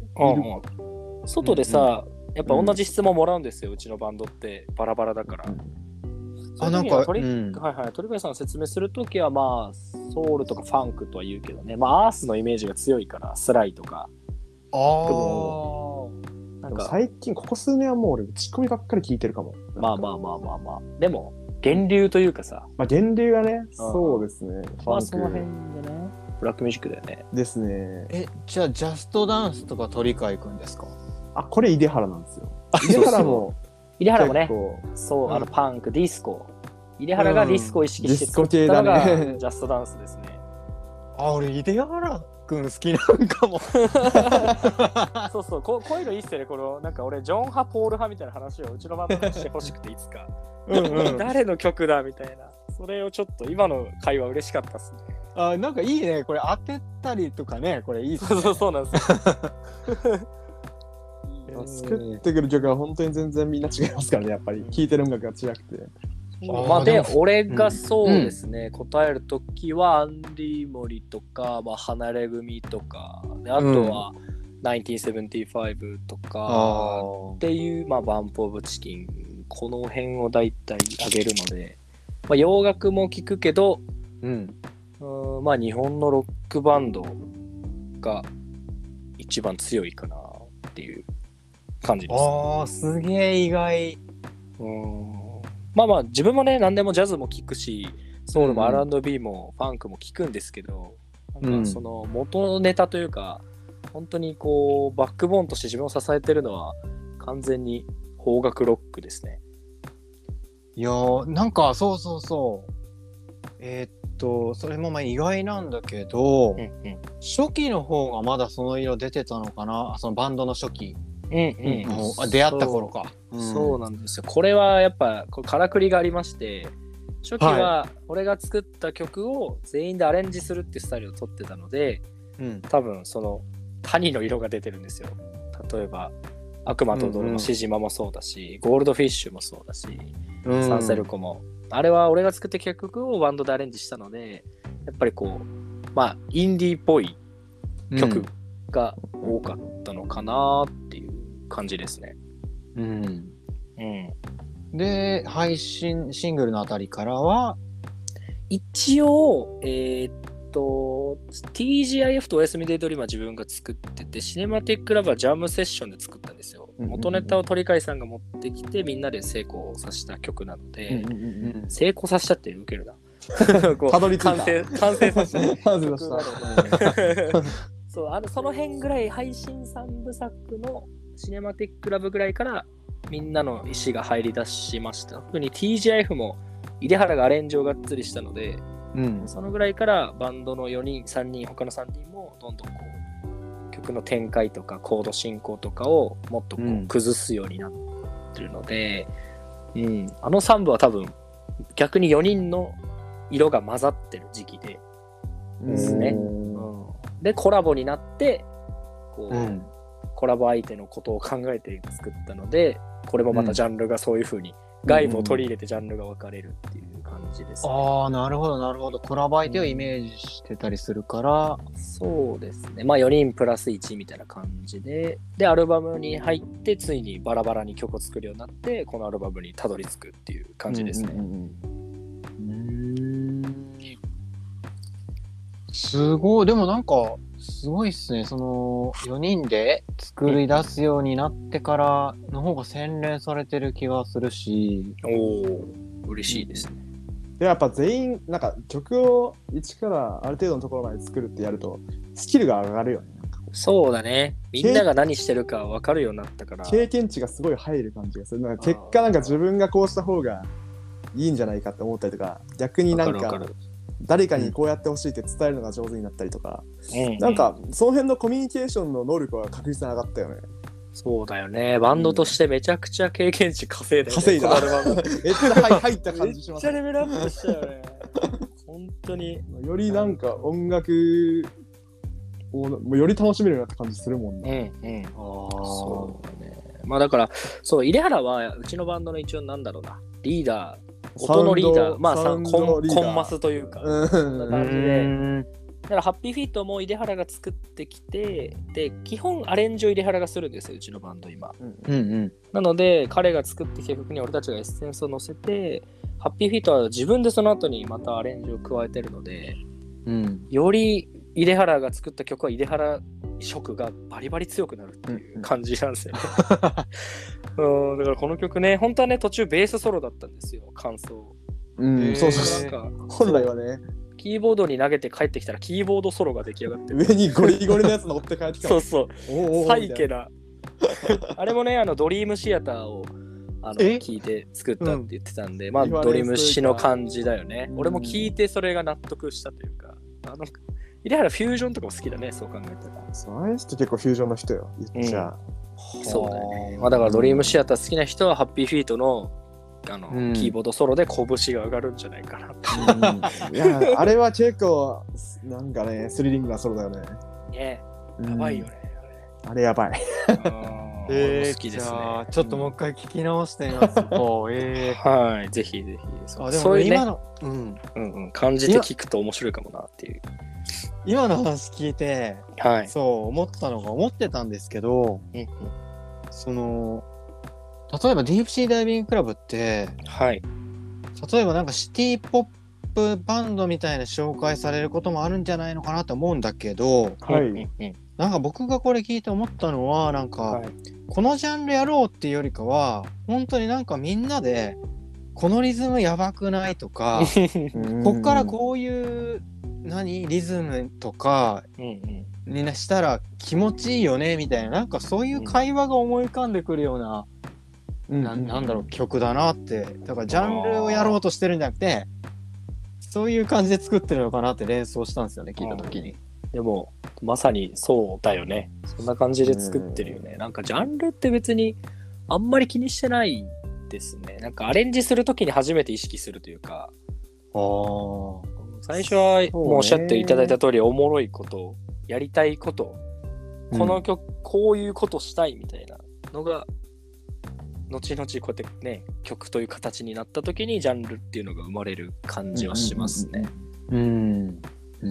Speaker 2: 外でさ、やっぱ同じ質問もらうんですよ、うちのバンドってバラバラだから、
Speaker 3: うん
Speaker 1: あなんか、
Speaker 2: 鳥
Speaker 1: うん
Speaker 2: はいはい、鳥飼さんの説明するときは、まあ、ソウルとかファンクとは言うけどね、まあ、アースのイメージが強いから、スライとか、
Speaker 1: あー
Speaker 2: な
Speaker 3: で
Speaker 2: ん
Speaker 3: も
Speaker 2: か、
Speaker 3: 最近、ここ数年はもう俺、打ち込みばっかり聴いてるかも。
Speaker 2: まあまあまあまあまあ、でも、源流というかさ、
Speaker 3: まあ、源流がね、そうですね。フ
Speaker 2: まあ、
Speaker 3: ァ
Speaker 2: その
Speaker 3: ン
Speaker 2: 辺
Speaker 3: ク
Speaker 2: でね、ブラックミュージックだよね。
Speaker 3: ですね。
Speaker 1: えじゃあジャストダンスとか鳥飼くんですか
Speaker 3: あ、これ、井出原なんですよ。井出原も、
Speaker 2: 入原もね
Speaker 3: 結、構
Speaker 2: そう、
Speaker 1: うん
Speaker 2: あの、パンク、ディスコ。入原がディスコを意識して
Speaker 3: ディスコ
Speaker 2: 作っ
Speaker 3: 系
Speaker 2: た
Speaker 3: だ
Speaker 2: のが、
Speaker 3: ね
Speaker 2: ジャストダンスですね。
Speaker 1: あ俺井出原くん好きなんかも
Speaker 2: そうそうこう、こういうのいいっすよね、この、なんか俺、ジョン派、ポール派みたいな話をうちのバンドにしてほしくて、いつか。
Speaker 3: うんうん
Speaker 2: 誰の曲だみたいな。それをちょっと、今の会話嬉しかったっすね。
Speaker 1: あなんかいいねこれ当てたりとかねこれいいっす
Speaker 2: そうそうそうなんです よ。いいよ
Speaker 3: 作ってくる曲は本当に全然みんな違いますからね、やっぱり。聴いてる音楽が違くて。
Speaker 2: まあで
Speaker 1: も
Speaker 2: 俺がそうですね、答えるときはアンディ・モリとか、まあ、離れ組とかであとは1975と
Speaker 1: あ
Speaker 2: か
Speaker 1: ー
Speaker 2: っていう、まあ、バンプ・オブ・チキンこの辺を大体あげるので、まあ、洋楽も聞くけど
Speaker 1: うん
Speaker 2: うーんまあ日本のロックバンドが一番強いかなっていう感じですね。
Speaker 1: あーすげえ意外
Speaker 2: うんまあまあ自分もね何でもジャズも聴くしソウルも
Speaker 1: うんうん
Speaker 2: R&B もファンクも聴くんですけど、
Speaker 1: う
Speaker 2: なん
Speaker 1: ん
Speaker 2: かその元ネタというか本当にこうバックボーンとして自分を支えてるのは完全に邦楽ロックですね。
Speaker 1: いやーなんかそうそうそうえーっとそれもまあ意外なんだけど、
Speaker 2: うんうん
Speaker 1: 初期の方がまだその色出てたのかなあそのバンドの初期、
Speaker 2: うん
Speaker 1: もうあ出会った頃か
Speaker 2: そうそうなんですよこれはやっぱこうからくりがありまして初期は俺が作った曲を全員でアレンジするってスタイルを取ってたので、
Speaker 1: うん
Speaker 2: 多分その谷の色が出てるんですよ例えば「悪魔と
Speaker 1: うん
Speaker 2: 泥
Speaker 1: うん
Speaker 2: のシジマ」もそうだし、ゴールドフィッシュ」もそうだし
Speaker 1: う
Speaker 2: 「
Speaker 1: ん
Speaker 2: サンセルコ」も、あれは俺が作って結局をバンドでアレンジしたのでやっぱりこうまあインディーっぽい曲が多かったのかなっていう感じですね。
Speaker 1: うん
Speaker 2: うん、
Speaker 1: で配信シングルのあたりからは
Speaker 2: 一応、えーっと、TGIF とおやすみデイドリームは自分が作ってて、シネマティックラブはジャムセッションで作ったんですよ。
Speaker 3: うんうんうん
Speaker 2: 元ネタを鳥飼さんが持ってきて、みんなで成功させた曲なので、
Speaker 1: うん
Speaker 2: 成功させたって受 けるな。こう
Speaker 3: たどり着いた
Speaker 2: 完成、完成させた。
Speaker 3: まず 出した。
Speaker 2: そうあのその辺ぐらい配信3部作のシネマティックラブぐらいからみんなの意思が入り出しました特に TGIF も井出原がアレンジをがっつりしたので
Speaker 1: うん
Speaker 2: そのぐらいからバンドの4人3人他の3人もどんどんこう曲の展開とかコード進行とかをもっとこ
Speaker 1: う
Speaker 2: うん崩すようになってるので、うんあの3部は多分逆に4人の色が混ざってる時期でですね
Speaker 3: うん
Speaker 2: でコラボになってこう、
Speaker 1: うん
Speaker 2: コラボ相手のことを考えて作ったのでこれもまたジャンルがそういう風に、外部を取り入れてジャンルが分かれるっていう感じです、ね
Speaker 1: ああなるほどなるほどコラボ相手をイメージしてたりするから
Speaker 2: そうですねまあ4人プラス1みたいな感じででアルバムに入ってついにバラバラに曲を作るようになってこのアルバムにたどり着くっていう感じですね、
Speaker 3: うんうんうん
Speaker 1: うんすごいでもなんかすごいっすね。その、4人で作り出すようになってからの方が洗練されてる気がするし。
Speaker 2: おお嬉しいですね。
Speaker 3: でやっぱ全員なんか曲を一からある程度のところまで作るってやるとスキルが上がるよね
Speaker 2: そうだね。みんなが何してるか分かるようになったから。
Speaker 3: 経験値がすごい入る感じがするなんか結果なんか自分がこうした方がいいんじゃないかって思ったりとか逆になん
Speaker 2: わか
Speaker 3: か
Speaker 2: るわかる
Speaker 3: 誰かにこうやってほしいって伝えるのが上手になったりとか、
Speaker 2: う
Speaker 3: なんかその辺のコミュニケーションの能力は確実に上がったよね
Speaker 2: そうだよね。バンドとしてめちゃくちゃ経験値稼いだよね。
Speaker 3: 稼いだ
Speaker 2: このアルバム
Speaker 3: めっちゃ入入っ た
Speaker 2: め
Speaker 3: 感
Speaker 2: っ
Speaker 3: じしま
Speaker 2: ち
Speaker 3: す
Speaker 2: ゃレベルアップしたよね。 本当に。
Speaker 3: よりなんか音楽をもうより楽しめるようになった感じするもん
Speaker 1: う
Speaker 3: ね
Speaker 1: んうん。ああ。
Speaker 2: そうだね。まあだから、そう、入原はうちのバンドの一応なんだろうな、リーダー、音のリー
Speaker 3: サウン
Speaker 2: ダー、
Speaker 3: ド
Speaker 2: まあ
Speaker 3: サ
Speaker 2: さ
Speaker 3: ウンド
Speaker 2: コン
Speaker 3: リーダー
Speaker 2: コンマスというか。
Speaker 3: うん
Speaker 2: 感じで
Speaker 1: うん
Speaker 2: だからハッピーフィートも入原が作ってきて、で、基本アレンジを入原がするんですよ、うちのバンド今。
Speaker 1: うんうん。
Speaker 2: なので、彼が作ってきた曲に俺たちがエッセンスを乗せて、ハッピーフィートは自分でその後にまたアレンジを加えてるので、
Speaker 1: うん。
Speaker 2: より入原が作った曲は入原色がバリバリ強くなるっていう感じなんですよ、ねうんだからこの曲ね本当はね途中ベースソロだったんですよ感想
Speaker 3: うんそうそ
Speaker 2: な
Speaker 3: うそ
Speaker 2: ん
Speaker 3: う
Speaker 2: か
Speaker 3: 本来はね
Speaker 2: キーボードに投げて帰ってきたらキーボードソロが出来上がってる
Speaker 3: 上にゴリゴリのやつ乗って帰ってきた
Speaker 2: そう
Speaker 3: ら
Speaker 2: そう
Speaker 3: おうおうおう
Speaker 2: サイケなあれもねあのドリームシアターをあの
Speaker 1: え
Speaker 2: 聞いて作ったって言ってたんで、まあ
Speaker 3: リファレンス
Speaker 2: ドリームシの感じだよね
Speaker 3: うん
Speaker 2: 俺も聞いてそれが納得したというかあの入原フュージョンとかも好きだねそう考えたら
Speaker 3: そうあの人結構フュージョンの人よ言っちゃ、
Speaker 2: そうだね。まあ、だからドリームシアター好きな人はハッピーフィートのあの、
Speaker 1: うん
Speaker 2: キーボードソロで拳が上がるんじゃないかなって
Speaker 3: いやあれは結構なんかねスリリングなソロだよね
Speaker 2: ね。
Speaker 3: うん
Speaker 2: やばいよね。
Speaker 3: あれやばい
Speaker 2: あれうん俺も好きですね。
Speaker 1: ちょっともう一回聞き直してみ ます。おええ。
Speaker 2: はい、ぜひぜひ。そう
Speaker 1: あ、で
Speaker 2: そ
Speaker 1: も
Speaker 2: ういう
Speaker 1: 今
Speaker 2: ね、
Speaker 1: の、うん。
Speaker 2: うんうん、感じて聞くと面白いかもなっていう。
Speaker 1: 今の話聞いて、
Speaker 2: はい。
Speaker 1: そう思ったのが思ってたんですけど、
Speaker 2: うんうん
Speaker 1: その、例えばディープシーダイビングクラブって、
Speaker 2: はい。
Speaker 1: 例えばなんかシティポップバンドみたいな紹介されることもあるんじゃないのかなと思うんだけど
Speaker 3: はい
Speaker 2: うんうんうん
Speaker 1: なんか僕がこれ聞いて思ったのはなんか、
Speaker 2: はい
Speaker 1: このジャンルやろうっていうよりかは本当になんかみんなでこのリズムやばくないとかこっからこういう何リズムとか
Speaker 2: うんうん
Speaker 1: になしたら気持ちいいよねみたいななんかそういう会話が思い浮かんでくるような、
Speaker 3: うん
Speaker 1: ななんだろう曲だなってだからジャンルをやろうとしてるんじゃなくてそういう感じで作ってるのかなって連想したんですよね聞いた時に。
Speaker 2: でもまさにそうだよねそんな感じで作ってるよね、なんかジャンルって別にあんまり気にしてないですねなんかアレンジする時に初めて意識するというか
Speaker 1: あー
Speaker 2: 最初は
Speaker 3: そう
Speaker 2: も
Speaker 3: ね
Speaker 2: うおっしゃっていただいた通りおもろいことやりたいことこの曲、こういうことしたいみたいなのが後々こうやってね曲という形になった時にジャンルっていうのが生まれる感じはしますね、
Speaker 1: うんうん
Speaker 3: あ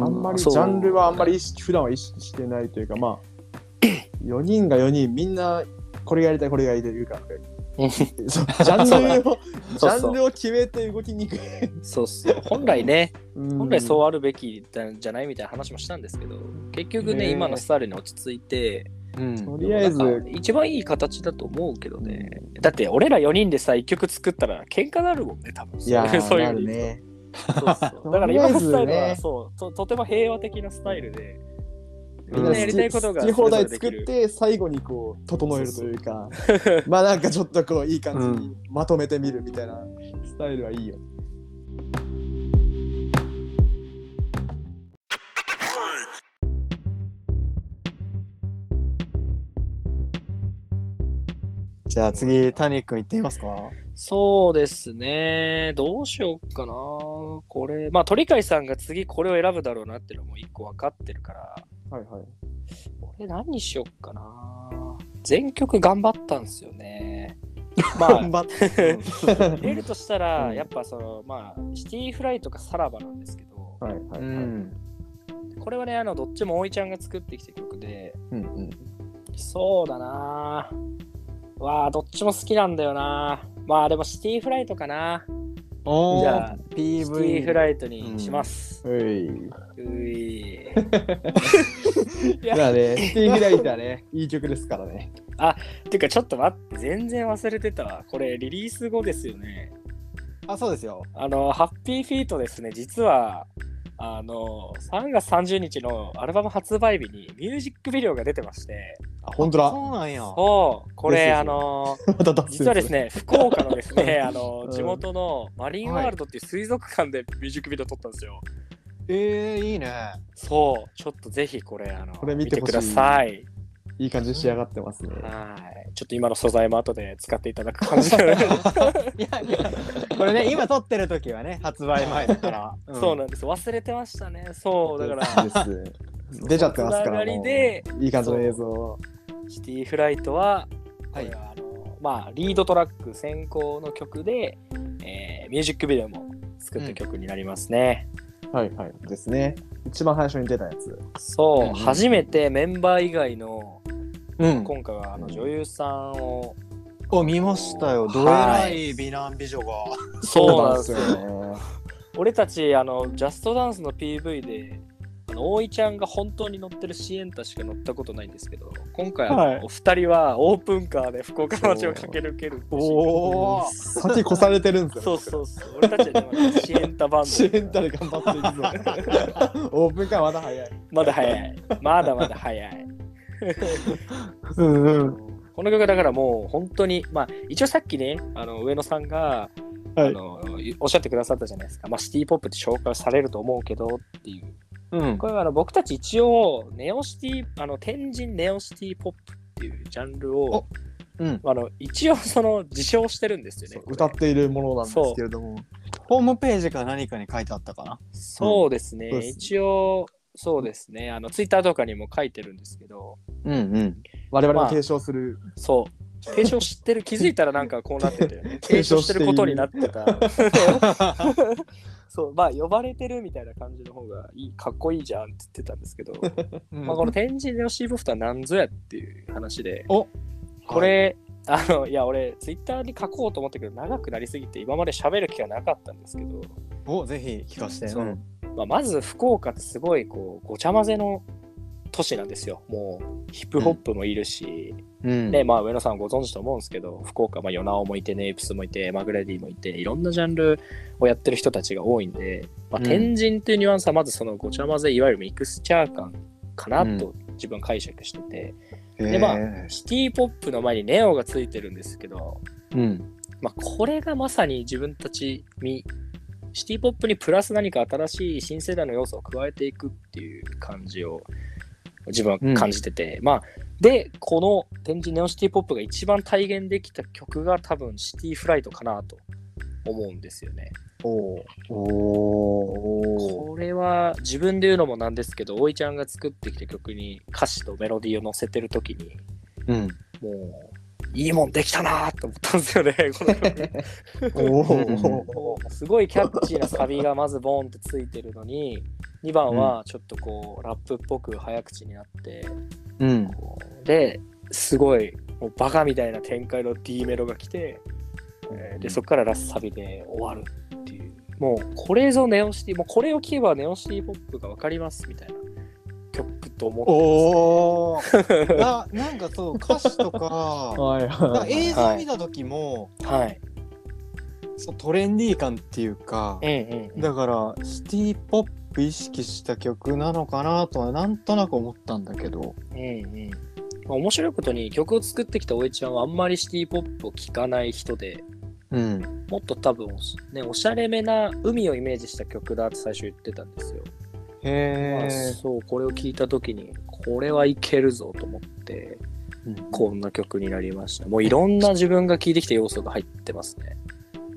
Speaker 3: んまりジ
Speaker 2: そう
Speaker 3: ャンルはあんまり意識普段は意識してないというかまあ4人が4人みんなこれやりたいこれやりたい言うから
Speaker 2: うん
Speaker 3: そうジャンルをジ
Speaker 2: そうそう
Speaker 3: ャンルを決めて動きにくい
Speaker 2: そうそう本来ね本
Speaker 3: 本
Speaker 2: 来そうあるべきなんじゃないみたいな話もしたんですけど結局ね、
Speaker 3: ねえ
Speaker 2: 今のスタイルに落ち着いて
Speaker 1: うん
Speaker 3: とりあえず
Speaker 2: なんか一番いい形だと思うけどね、だって俺ら4人でさ1曲作ったら喧嘩なるもんね多分
Speaker 3: いや ー
Speaker 2: そういう
Speaker 3: な
Speaker 2: 意
Speaker 3: る
Speaker 2: 味
Speaker 3: ね
Speaker 2: そうそうだから今のスタイル
Speaker 3: とりあえず
Speaker 2: は
Speaker 3: ね
Speaker 2: そうととても平和的なスタイルで
Speaker 3: み
Speaker 2: み
Speaker 3: ん
Speaker 2: ん
Speaker 3: な
Speaker 2: な
Speaker 3: や
Speaker 2: や
Speaker 3: り
Speaker 2: り
Speaker 3: た
Speaker 2: た
Speaker 3: い
Speaker 2: い
Speaker 3: こ
Speaker 2: こととが
Speaker 3: が好き放題
Speaker 2: それぞ
Speaker 3: 作
Speaker 2: れ
Speaker 3: っ
Speaker 2: できる
Speaker 3: て最後にこう整えるというか まあなんかちょっとこういい感じにまとめてみるみたいなスタイルはいいよ。
Speaker 1: じゃあ次谷君行ってみますか
Speaker 2: そうですねどうしようかなこれまあ鳥飼さんが次これを選ぶだろうなっていうのも1個分かってるから
Speaker 3: はいはい。
Speaker 2: 俺何にしよっかな全曲頑張ったんですよねま あ
Speaker 1: 張 って
Speaker 2: 入れるとしたら、
Speaker 3: うん
Speaker 2: やっぱそのまあシティフライとかさらばなんですけど
Speaker 3: はいは
Speaker 1: う
Speaker 3: いはい。
Speaker 1: ん
Speaker 2: これはねあのどっちもおいちゃんが作ってきた曲で
Speaker 3: うんうん
Speaker 2: そうだなわあどっちも好きなんだよなまあでもシティフライトかな
Speaker 1: おー
Speaker 2: じゃあ、
Speaker 1: PV
Speaker 2: シティフライトにします。
Speaker 3: はい。
Speaker 2: う い。
Speaker 3: じゃあね、スティーフライターね、いい曲ですからね。
Speaker 2: てか、ちょっと待って、全然忘れてたわ。これ、リリース後ですよね。
Speaker 1: あ、そうですよ。
Speaker 2: あの、ハッピーフィートですね、実は、あの、3月30日のアルバム発売日にミュージックビデオが出てまして、
Speaker 3: あ、本当だ。
Speaker 1: そうなんや。
Speaker 2: そう、こ
Speaker 3: です
Speaker 2: れ、
Speaker 3: よ
Speaker 2: あの、
Speaker 3: また脱線
Speaker 2: 実はです。ね、福岡のです ね、あの
Speaker 3: う、ん
Speaker 2: 地元のマリンワールドっていう水族館でミュージックビデオ撮ったんですよ。
Speaker 1: えー、いいね。
Speaker 2: そう、ちょっとぜひこれ、あの、
Speaker 3: これ見てほし
Speaker 2: く
Speaker 3: い
Speaker 2: ださい。
Speaker 3: いい感じに仕上がってますね。
Speaker 2: はい。ちょっと今の素材も後で使っていただく感 じで。
Speaker 1: いやいや、これね、今撮ってる時はね、発売前だから。
Speaker 2: そうなんです。忘れてましたね。そう、だから、
Speaker 3: です 出ちゃってますから。
Speaker 2: つながり
Speaker 3: も
Speaker 2: で
Speaker 3: ういい感じの映像。
Speaker 2: シティフライトは、こ
Speaker 1: はい
Speaker 2: れはあの、まあ、リードトラック先行の曲で、えーミュージックビデオも作った曲になりますね。
Speaker 3: はいはい。ですね。一番最初に出たやつ。
Speaker 2: そう、
Speaker 3: うん
Speaker 2: 初めてメンバー以外の、
Speaker 1: うん。
Speaker 2: 今回はあの
Speaker 3: うん
Speaker 2: 女優さんを、
Speaker 1: お、見ましたよ。どえらい美男美女が。
Speaker 2: そうなんですよ。
Speaker 3: ね。
Speaker 2: 俺たち、あの、ジャストダンスの PV で、あの大井ちゃんが本当に乗ってるシエンタしか乗ったことないんですけど今回
Speaker 3: はい
Speaker 2: はお二人はオープンカーで福岡の街を駆け抜けるっていうシーンが
Speaker 1: おー
Speaker 3: 先越されてるんですよ。
Speaker 2: そうそうそう俺たちはでもシエンタバンド
Speaker 3: 支援たら頑張っていく ぞ。オープンカーまだ早い。
Speaker 2: まだ早い。まだまだ早い。
Speaker 3: うんうん。
Speaker 2: この曲はだからもう本当に、まあ一応さっきね、あの上野さんが、
Speaker 3: はい
Speaker 2: あのおっしゃってくださったじゃないですか、まあ、シティポップって紹介されると思うけどっていう。
Speaker 1: うん。
Speaker 2: これはあの僕たち一応、ネオシティ、あの天神ネオシティポップっていうジャンルを、
Speaker 1: うん。
Speaker 2: あの一応その自称してるんですよね。これ
Speaker 3: 歌っているものなんですけれども。
Speaker 1: ホームページか何かに書いてあったかな。
Speaker 2: そうですね、
Speaker 3: そうです
Speaker 2: 一応、そうですね、あのツイッターとかにも書いてるんですけど、
Speaker 1: うん うん。
Speaker 3: 我々の提唱する。
Speaker 2: そう。提唱知ってる、気づいたらなんかこうなってて、 提
Speaker 3: 提
Speaker 2: 唱
Speaker 3: 唱
Speaker 2: し
Speaker 3: してている
Speaker 2: ることになってた。 そう、まあ呼ばれてるみたいな感じの方がいい、かっこいいじゃんって言ってたんですけど、まあこの天神のシーボフとは何ぞやっていう話で、
Speaker 1: お
Speaker 2: これ、あの、いや俺、ツイッターに書こうと思ったけど、長くなりすぎて今まで喋る気がなかったんですけど、
Speaker 1: お、ぜひ聞かせて。
Speaker 2: そうんまあ、まず福岡ってすごいこうごちゃ混ぜの都市なんですよ。もうヒップホップもいるし、
Speaker 1: うん。
Speaker 2: ね、まあ上野さんご存知と思うんですけど福岡、まあ、ヨナオもいてネイプスもいてマグレディもいていろんなジャンルをやってる人たちが多いんで、まあ、
Speaker 1: うん
Speaker 2: 天神っていうニュアンスはまずそのごちゃ混ぜいわゆるミクスチャー感かなと自分解釈してて、でまあ
Speaker 1: へー
Speaker 2: シティ・ポップの前にネオがついてるんですけど、
Speaker 1: うん。
Speaker 2: まあ、これがまさに自分たちにシティ・ポップにプラス何か新しい新世代の要素を加えていくっていう感じを自分は感じてて、まあでこの展示ネオシティ・ポップが一番体現できた曲が多分シティ・フライトかなと思うんですよね。
Speaker 1: おー
Speaker 3: おお。
Speaker 2: これは自分で言うのもなんですけどおいちゃんが作ってきた曲に歌詞とメロディーを載せてる時に
Speaker 1: うん。
Speaker 2: もういいもんできたなと思ったんですよねこの曲。
Speaker 3: お
Speaker 2: こ
Speaker 3: お。
Speaker 2: うすごいキャッチーなサビがまずボーンってついてるのに2番はちょっとこうラップっぽく早口になって
Speaker 1: うん。
Speaker 2: こうですごいもうバカみたいな展開の D メロが来て、えーでそこからラスサビで終わるっていうもうこれぞネオシティもうこれを聴けばネオシティポップが分かりますみたいな曲と思って
Speaker 1: お ーななんかそう歌詞と か
Speaker 3: はい
Speaker 1: なん
Speaker 3: は
Speaker 1: か
Speaker 3: い。
Speaker 1: 映像見た時も、
Speaker 2: ますはい
Speaker 1: そうトレンディー感っていうか
Speaker 2: うんうんうん
Speaker 1: だからシティポップ意識した曲なのかなとはなんとなく思ったんだけど
Speaker 2: うんうんまあ面白いことに曲を作ってきたおいちゃんはあんまりシティポップを聴かない人で
Speaker 1: うん
Speaker 2: もっと多分おし、ね、おしゃれめな海をイメージした曲だって最初言ってたんですよ。ま
Speaker 1: へ
Speaker 2: あ
Speaker 1: え、
Speaker 2: そう、これを聞いた時に、これはいけるぞと思って、
Speaker 1: うん
Speaker 2: こんな曲になりました。もういろんな自分が聴いてきた要素が入ってますね。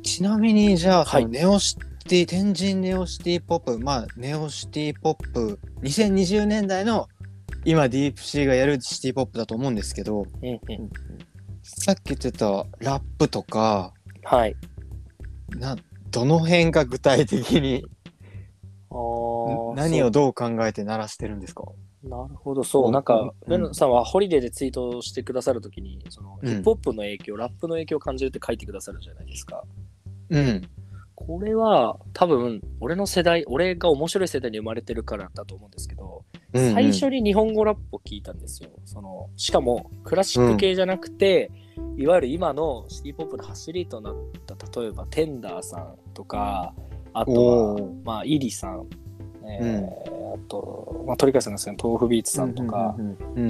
Speaker 1: ちなみにじゃあ、
Speaker 2: はい
Speaker 1: そのネオシティ天神ネオシティポップまあネオシティポップ2020年代の今ディープシーがやるシティポップだと思うんですけど
Speaker 2: うんうん。
Speaker 1: さっき言ってたラップとか
Speaker 2: はい。
Speaker 1: などの辺が具体的に
Speaker 2: あー
Speaker 1: 何をどう考えて鳴らしてるんですか
Speaker 2: なるほど、そう、なんか、上野さんはホリデーでツイートしてくださるときに、その
Speaker 1: う
Speaker 2: ヒ
Speaker 1: ん
Speaker 2: ップホップの影響、ラップの影響を感じるって書いてくださるじゃないですか。
Speaker 1: うん
Speaker 2: これは多分俺の世代俺が面白い世代に生まれてるからだと思うんですけど、最初に日本語ラップを聞いたんですよそのしかもクラシック系じゃなくて、いわゆる今のシティ・ポップの走りとなった例えばテンダーさんとかあとは
Speaker 1: おー
Speaker 2: まあ、イリさん、えーあと、まあ、鳥川さんがですね豆腐ビーツさんとか、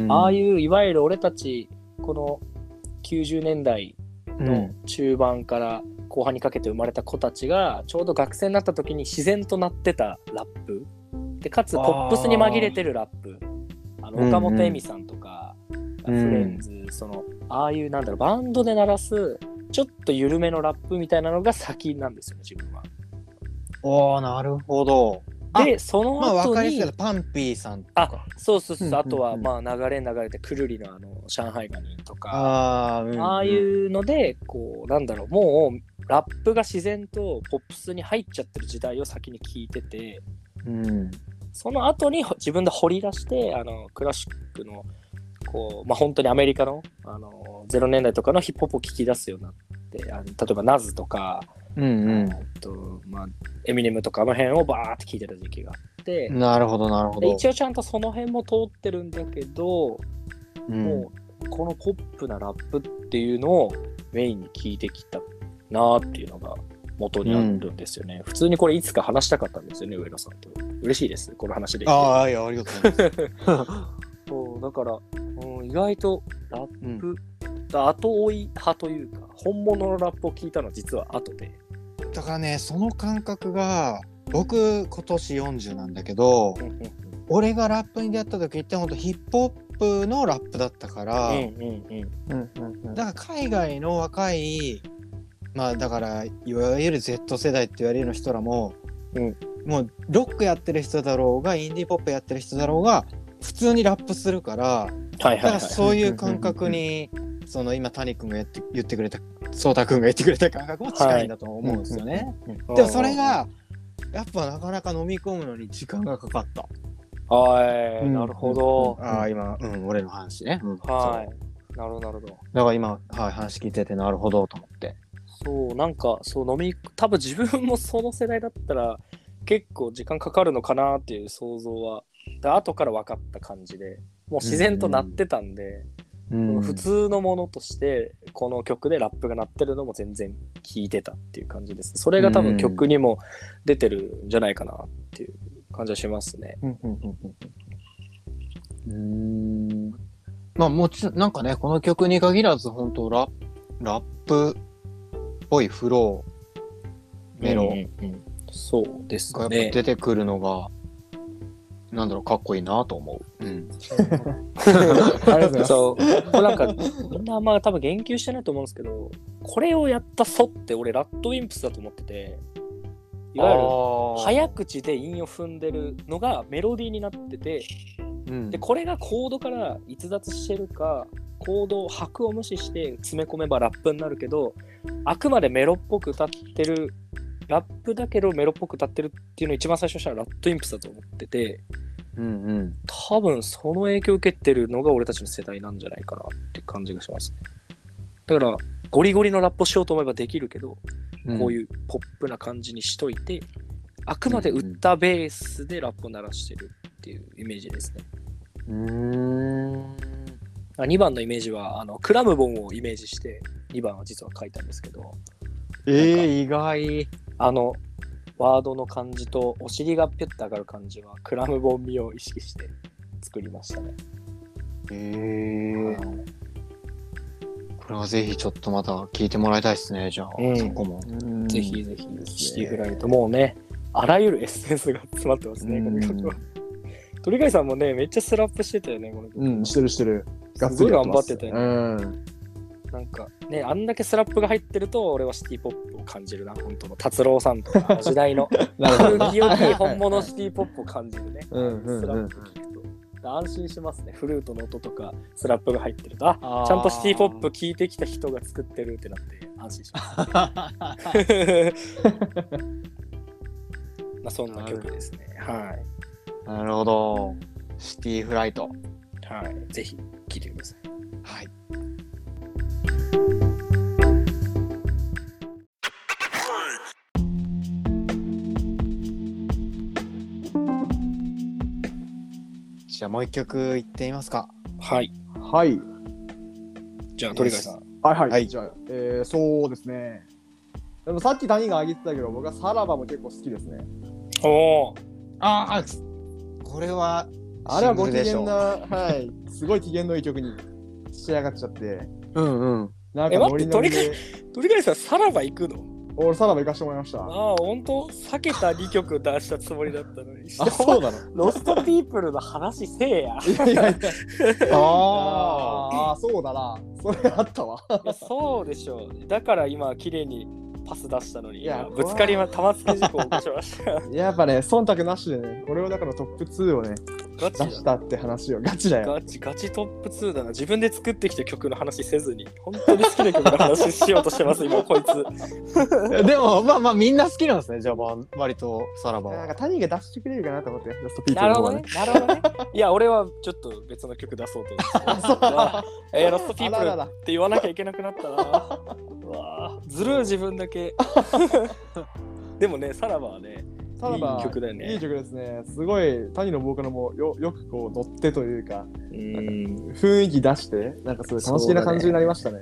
Speaker 2: ああ
Speaker 1: い
Speaker 2: いういわゆる俺たちこの90年代
Speaker 1: う
Speaker 2: の中盤から後半にかけて生まれた子たちがちょうど学生になった時に自然となってたラップでかつポップスに紛れてるラップあ
Speaker 1: うんう
Speaker 2: の
Speaker 1: ん
Speaker 2: 岡本恵美さんとか、
Speaker 1: うん
Speaker 2: フレンズそのああいうなんだろうバンドで鳴らすちょっと緩めのラップみたいなのが先なんですよね自分は。
Speaker 1: おーなるほどあ
Speaker 2: でその
Speaker 1: まあ分
Speaker 2: 後
Speaker 1: かり
Speaker 2: に、
Speaker 1: やすいけどパンピーさんと
Speaker 2: あ
Speaker 1: か
Speaker 2: そうそうそう、
Speaker 1: うんうんうん
Speaker 2: あとはまあ流れに流れてくるりのあの上海ガニとか
Speaker 1: あー、うん
Speaker 2: ああいうのでこうなんだろうもうラップが自然とポップスに入っちゃってる時代を先に聞いてて
Speaker 1: うん
Speaker 2: その後に自分で掘り出してあのクラシックのこう、まあ、本当にアメリカのあの0年代とかのヒップホップを聞き出すようになってあの例えばナズとか、
Speaker 1: うん
Speaker 2: えっとまあ、エミネムとかあの辺をバーって聞いてた時期があって、
Speaker 1: うんなるほどなるほ
Speaker 2: で
Speaker 1: ど
Speaker 2: 一応ちゃんとその辺も通ってるんだけど、
Speaker 1: うん
Speaker 2: もうこのポップなラップっていうのをメインに聞いてきたなーっていうのが元にあるんですよね、普通にこれいつか話したかったんですよね上野さんと嬉しいですこの話できて
Speaker 1: ああいやありがとうご ざいます
Speaker 2: そうだから、うん、意外とラッ
Speaker 1: うん
Speaker 2: プ後追い派というか本物のラップを聞いたのは実は後で
Speaker 1: だからねその感覚が僕今年40なんだけど
Speaker 2: うん
Speaker 1: 俺がラップに出会った時ってほんとヒップホップのラップだったから、
Speaker 3: うんうんうん
Speaker 1: だから海外の若いまあだからいわゆる Z 世代って言われる人らも、
Speaker 2: うん
Speaker 1: もうロックやってる人だろうがインディーポップやってる人だろうが普通にラップするから
Speaker 2: はい
Speaker 1: だ
Speaker 2: は
Speaker 1: か
Speaker 2: いは
Speaker 1: ら
Speaker 2: い
Speaker 1: そういう感覚にその今谷君がやって言ってくれた颯太君が言ってくれた感覚も近いんだと思うんですよね。でもそれがやっぱなかなか飲み込むのに時間がかかった。
Speaker 2: はい、
Speaker 3: うん
Speaker 2: なるほど、
Speaker 1: ああ今、うん、俺の話ね。うん
Speaker 2: はいなるほどなるほど
Speaker 1: だから今、はい、話聞いててなるほどと思って。
Speaker 2: そうなんかそう飲み多分自分もその世代だったら結構時間かかるのかなっていう想像はだ後から分かった感じでもう自然となってたんで、
Speaker 1: うん
Speaker 2: 普通のものとしてこの曲でラップが鳴ってるのも全然聴いてたっていう感じですそれが多
Speaker 1: うん
Speaker 2: 分曲にも出てるんじゃないかなっていう感じはしますね、
Speaker 3: うんうんうん
Speaker 1: うーんまあもちろんなんかねこの曲に限らず本当ララップっぽいフロメロ
Speaker 2: うんうんうんそうです
Speaker 1: ーがやっぱ
Speaker 2: ね
Speaker 1: 出てくるのが、なんだろうかっこいいなと思う。 うん、
Speaker 3: ありがとうございます。
Speaker 2: そう。これなんか、みんなあんま多分言及してないと思うんですけど、これをやった祖って俺、ラッドウィンプスだと思ってて、いわゆる早口で韻を踏んでるのがメロディーになってて、
Speaker 1: うん
Speaker 2: で、これがコードから逸脱してるか、コードを拍を無視して詰め込めばラップになるけど、あくまでメロっぽく歌ってる、ラップだけどメロっぽく歌ってるっていうのを一番最初にしたらラッドウィンプスだと思ってて、
Speaker 1: うんうん
Speaker 2: 多分その影響を受けてるのが俺たちの世代なんじゃないかなって感じがしますね。だからゴリゴリのラップをしようと思えばできるけど、こう
Speaker 1: う
Speaker 2: いうポップな感じにしといてあくまで歌ベースでラップを鳴らしてるっていうイメージですね。
Speaker 1: ん。う
Speaker 2: 2番のイメージはあのクラムボンをイメージして2番は実は書いたんですけど
Speaker 1: えー、意外。
Speaker 2: あのワードの感じとお尻がピュッと上がる感じはクラムボン味を意識して作りましたね。
Speaker 1: えー、これはぜひちょっとまた聞いてもらいたいですねじゃあ、
Speaker 2: うん
Speaker 1: そこも。
Speaker 3: う ん
Speaker 2: ぜひぜひ、シティフライト、もうね、あらゆるエッセンスが詰まってますね、
Speaker 1: うん
Speaker 2: この曲は。鳥貝さんもね、めっちゃスラップしてたよね、この曲。
Speaker 3: うん、してるしてる。がっ
Speaker 2: す
Speaker 3: つ
Speaker 2: ごい
Speaker 3: りやっ
Speaker 2: 頑
Speaker 3: て
Speaker 2: 張
Speaker 3: ま
Speaker 2: っ
Speaker 3: す
Speaker 2: てたよね。
Speaker 1: ん。
Speaker 2: なんかね、あんだけスラップが入ってると、俺はシティポップを感じるな、本当の達郎さんとか、時代の、
Speaker 3: なるほどね。
Speaker 2: 古き良き本物シティポップを感じるね、スラ
Speaker 3: うんうんうん
Speaker 2: ップ聞くと。安心しますね、フルートの音とか、スラップが入ってると、あ
Speaker 1: あー
Speaker 2: ちゃんとシティポップ 聞いてきた人が作ってるってなって、安心します。ま あそんな曲ですね。は
Speaker 1: なるほど。シティフライト。
Speaker 2: い。はい。ぜひ聴いてください。
Speaker 1: はい。じゃあもう一曲いってみますか。
Speaker 2: はい。
Speaker 3: はい。
Speaker 2: じゃあ、鳥飼さん。
Speaker 3: はいはい。
Speaker 1: はい
Speaker 3: じゃあ、えー、そうですね。でもさっき谷が挙げてたけど、僕はさらばも結構好きですね。
Speaker 2: おお。
Speaker 1: ああ、これは、
Speaker 3: あれはご
Speaker 1: シン
Speaker 3: 機
Speaker 1: グルでし
Speaker 3: 嫌
Speaker 1: ょう
Speaker 3: な、はい、すごい機嫌のいい曲に 仕上がっちゃって、
Speaker 1: うん うん。
Speaker 3: なん
Speaker 2: え
Speaker 3: か
Speaker 2: 待っ
Speaker 3: 森
Speaker 2: て
Speaker 3: のり
Speaker 2: 鳥
Speaker 3: で、
Speaker 2: 鳥飼さん、さらば行くの
Speaker 3: 俺さらば行かしてもらいました。
Speaker 2: ああ、本当避けた2曲出したつもりだったのに。
Speaker 3: あ、そうなの
Speaker 2: ロストピープルの話せえや。
Speaker 3: いや いやいや。
Speaker 1: あ
Speaker 3: あーあー、そうだな。それあったわ。
Speaker 2: いやそうでしょう。だから今、綺麗にパス出したのに、
Speaker 3: いや
Speaker 2: 今ぶつかりま、玉突き事故を起こしました。
Speaker 3: やっぱね、忖度なしでね、俺はだからトップ2をね、
Speaker 2: ガチ
Speaker 3: 出したって話よ。ガチだ
Speaker 2: だ。
Speaker 3: よ。
Speaker 2: ガチ、ガチトップ2だな。自分で作ってきた曲の話せずに、本当に好きな曲の話しようとしてます、今、こいつ。
Speaker 1: あ。でも、まあまあ、みんな好きなんですね。じゃあ、まあ、割と、さらば
Speaker 3: なん
Speaker 1: は
Speaker 3: か。谷が出してくれるかなと思って、ラストピー
Speaker 2: な
Speaker 3: チの
Speaker 2: る
Speaker 3: 方
Speaker 2: ほ
Speaker 3: は
Speaker 2: どね。。なるほ どね。いや、俺はちょっと別の曲出そうと思ってた。 えーロストピー
Speaker 3: あ
Speaker 2: プル
Speaker 3: らら
Speaker 2: っ
Speaker 3: ら
Speaker 2: て言わなきゃいけなくなったな。 うわーずるい自分だ け。でもね、さらばはね、
Speaker 3: さらば、
Speaker 2: いい曲だよね
Speaker 3: いい曲ですね。すごい、谷のボーカルもよよくこう乗ってというか、
Speaker 2: うん
Speaker 3: 雰囲気出して、なんかすごい楽しげな感じになりましたね。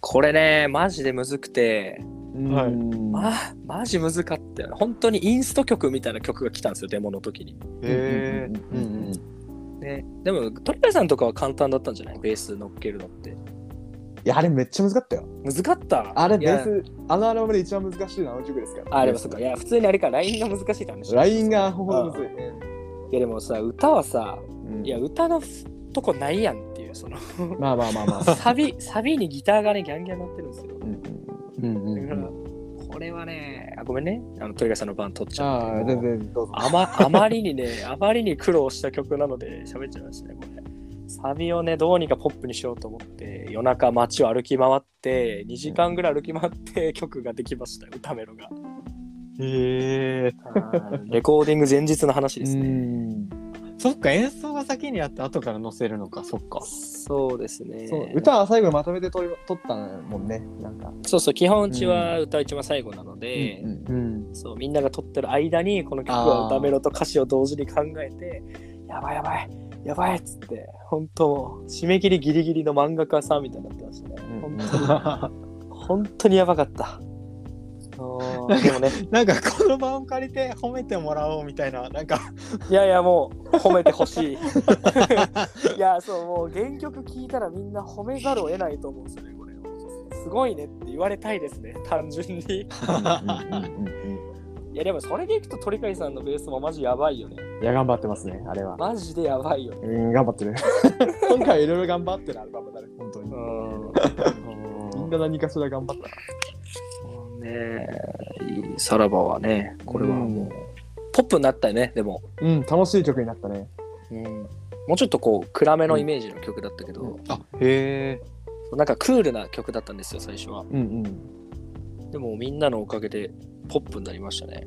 Speaker 2: これね、マジでむずくて、
Speaker 3: うん
Speaker 1: はい
Speaker 2: まあ、マジむずかったよ。本当にインスト曲みたいな曲が来たんですよ、デモの時に。
Speaker 1: へえ。
Speaker 3: うんうんうん
Speaker 2: ね、でも、鳥谷さんとかは簡単だったんじゃないベース乗っけるのって。
Speaker 3: いや、あれめっちゃ難かったよ。
Speaker 2: 難かった。
Speaker 3: あれ
Speaker 2: い
Speaker 3: ベ
Speaker 2: や
Speaker 3: ース、あのアルバムで一番難しいのはあの曲ですから。
Speaker 2: あ、でもそっか。いや、普通にあれか、ラインが難しいって話。
Speaker 3: ラインがほほどむずい。
Speaker 2: いやでもさ歌はさ
Speaker 3: うん
Speaker 2: いや歌のふとこないやんっていうそ の
Speaker 3: まあまあまあまあ。
Speaker 2: サビサビにギターがねギャンギャン鳴ってるんですよ
Speaker 3: うん
Speaker 1: うんう
Speaker 2: だから
Speaker 1: ん
Speaker 2: これはねあごめんねあの鳥谷さんの番取っちゃ
Speaker 3: あ
Speaker 2: っ
Speaker 3: あ、
Speaker 2: て
Speaker 3: 全然どうぞ。
Speaker 2: あまあまりにねあまりに苦労した曲なので喋っちゃいましたねこれサビをねどうにかポップにしようと思って夜中街を歩き回って2時間ぐらい歩き回って曲ができましたよ歌メロが
Speaker 1: へえ。
Speaker 2: あーレコーディング前日の話です
Speaker 3: う
Speaker 2: ね
Speaker 3: ん
Speaker 1: そっか、演奏が先にあって、後から載せるのか、そっか。
Speaker 2: そうですね
Speaker 3: そう歌は最後にまとめて撮り撮ったもんね。なんか。
Speaker 2: そうそう基本うちは歌一番最後なので、
Speaker 3: うん
Speaker 1: うん。
Speaker 2: そうみんなが撮ってる間にこの曲は歌メロと歌詞を同時に考えてやばいやばいやばいっつって本当締め切りギリギリの漫画家さんみたいになってましたね、
Speaker 3: うん
Speaker 1: な
Speaker 2: 本当にやばかったそうでもね
Speaker 1: んか、この場を借りて褒めてもらおうみたいな、なんか、
Speaker 2: いやいやもう褒めてほしい いやそうもう原曲聴いたらみんな褒めざるを得ないと思うんですよねこれすごいねって言われたいですね単純にいやでもそれでいくと鳥飼さんのベースもマジやばいよね
Speaker 3: いや、頑張ってますね、あれは。
Speaker 2: マジでやばいよね
Speaker 3: うん、頑張ってる。今回いろいろ頑張ってるアルバムだね、本当に。
Speaker 2: うん
Speaker 3: みんな何かしら頑張った。
Speaker 2: ねえ、さらばはね、これはもう、ポップになったよね、でも。
Speaker 3: うん、楽しい曲になったね。
Speaker 2: もうちょっとこう、暗めのイメージの曲だったけど、
Speaker 1: あ、へえ。
Speaker 2: なんかクールな曲だったんですよ、最初は。
Speaker 3: うんうん。
Speaker 2: でもみんなのおかげで、ポップになりましたね。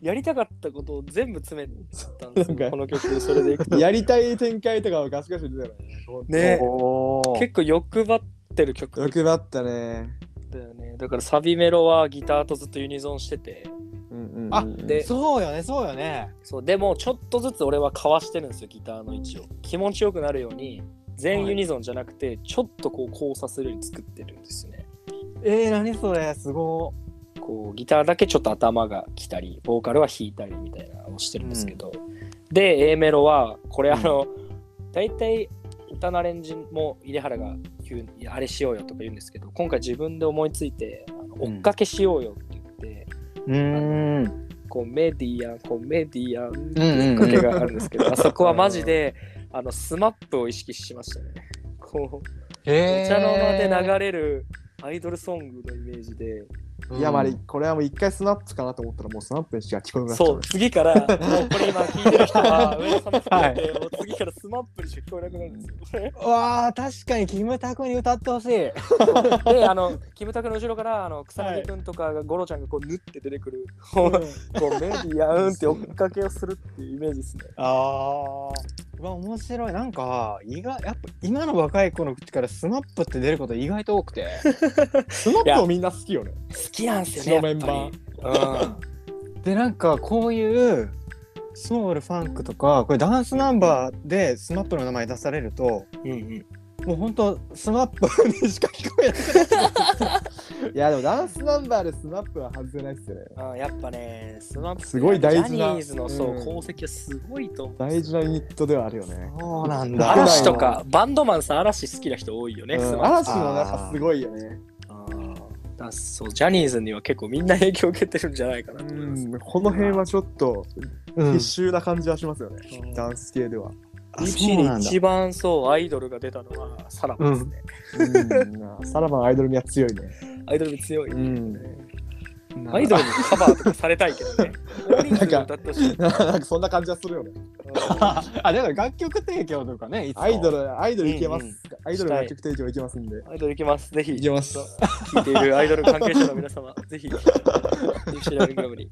Speaker 2: やりたかったことを全部詰めたんです
Speaker 3: なん
Speaker 2: よ、
Speaker 3: か
Speaker 2: この曲、それでいくと。
Speaker 3: やりたい展開とかはガシガシ出てるよね。
Speaker 2: ね
Speaker 1: おお。
Speaker 2: 結構欲張ってる曲だ
Speaker 3: 欲張ったね。
Speaker 2: よねだからサビメロはギターとずっとユニゾンしてて
Speaker 3: うんうんうん
Speaker 1: あ
Speaker 2: で
Speaker 1: そうよね、そうよね。
Speaker 2: そうでもちょっとずつ俺はかわしてるんですよギターの位置を気持ちよくなるように全ユニゾンじゃなくてちょっとこう交差するように作ってるんですよね
Speaker 1: えー、何それ、すご
Speaker 2: こうギターだけちょっと頭が来たりボーカルは弾いたりみたいなのをしてるんですけど、で A メロはこれあの、大体歌のアレンジも入原が言ういやあれしようよとか言うんですけど今回自分で思いついてあの
Speaker 1: うん
Speaker 2: 追っかけしようよって言って、
Speaker 1: い。うん。
Speaker 2: コメディアンコメディアンって
Speaker 1: うんうんう
Speaker 2: い
Speaker 1: ん
Speaker 2: うかけがあるんですけ ど、あそこはマジであのスマップを意識しましたねこうお
Speaker 1: へ
Speaker 2: 茶の間で流れるアイドルソングのイメージで
Speaker 1: うん
Speaker 3: いや、まあ、これはもう一回スナップかなと思ったら、もうスナップにしか聞こえなくなっちゃ
Speaker 2: そう、次から、もうこれ今聞いてる人は、上田さんも含めて、もう次からスマップにしか聞こえなくなるんですよ。
Speaker 1: わあ確かにキムタクに歌ってほしい。
Speaker 2: で、あの、キムタクの後ろから、あの、草薙くんとかが、ゴロちゃんがこう、ぬって出てくる、こう、こうメディアンって追っかけをするっていうイメージですね。
Speaker 1: ああ。うわ面白いなんか意外やっぱ今の若い子の口からスマップって出ること意外と多くて
Speaker 3: スナップもみんな好きよね。
Speaker 2: 好きなんです
Speaker 3: よねやっぱ
Speaker 1: でなんかこういうソウルファンクとかこれダンスナンバーでスマップの名前出されると
Speaker 2: うん。うんうん。
Speaker 1: もうほんとスマップにしか聞こえない
Speaker 3: いや、でもダンスナンバーでスナップは外せないっすよね。
Speaker 2: あやっぱね、スマップ、
Speaker 3: すごい大事な
Speaker 2: ジャニーズの、そう、
Speaker 3: うん
Speaker 2: 功績はすごいと思う。
Speaker 3: 大事なユニットではあるよね。
Speaker 1: そうなん
Speaker 3: だ
Speaker 2: 嵐とか、バンドマンさん、嵐好きな人多いよね、
Speaker 3: うん
Speaker 2: スマップ
Speaker 3: 嵐のなんかすごいよね。
Speaker 2: あーだからそうジャニーズには結構みんな影響を受けてるんじゃないかなと思います。
Speaker 3: うんこの辺はちょっと
Speaker 1: うん
Speaker 3: 必修な感じはしますよね、
Speaker 2: うん
Speaker 3: ダンス系では。
Speaker 1: あ
Speaker 2: DFC
Speaker 1: そうなん
Speaker 2: に
Speaker 1: だ
Speaker 2: 一番そうアイドルが出たのはサラバですね。
Speaker 3: うん、 さらばのアイドルには強いね。
Speaker 2: アイドルに強い、
Speaker 3: ん、
Speaker 2: アイドルにカバーとかされたいけどね。大人数で歌ってほしい。
Speaker 3: なんかそんな感じはするよね。
Speaker 1: あだから楽曲提供とかねいつも
Speaker 3: アイドル、アイドルいけます。
Speaker 2: うんうん
Speaker 3: アイドル楽曲提供いけますんで。
Speaker 2: アイドル行きます。ぜひ。
Speaker 3: いけます
Speaker 2: 聞いているアイドル関係者の皆様、ぜひ。DFC ライブクラブに。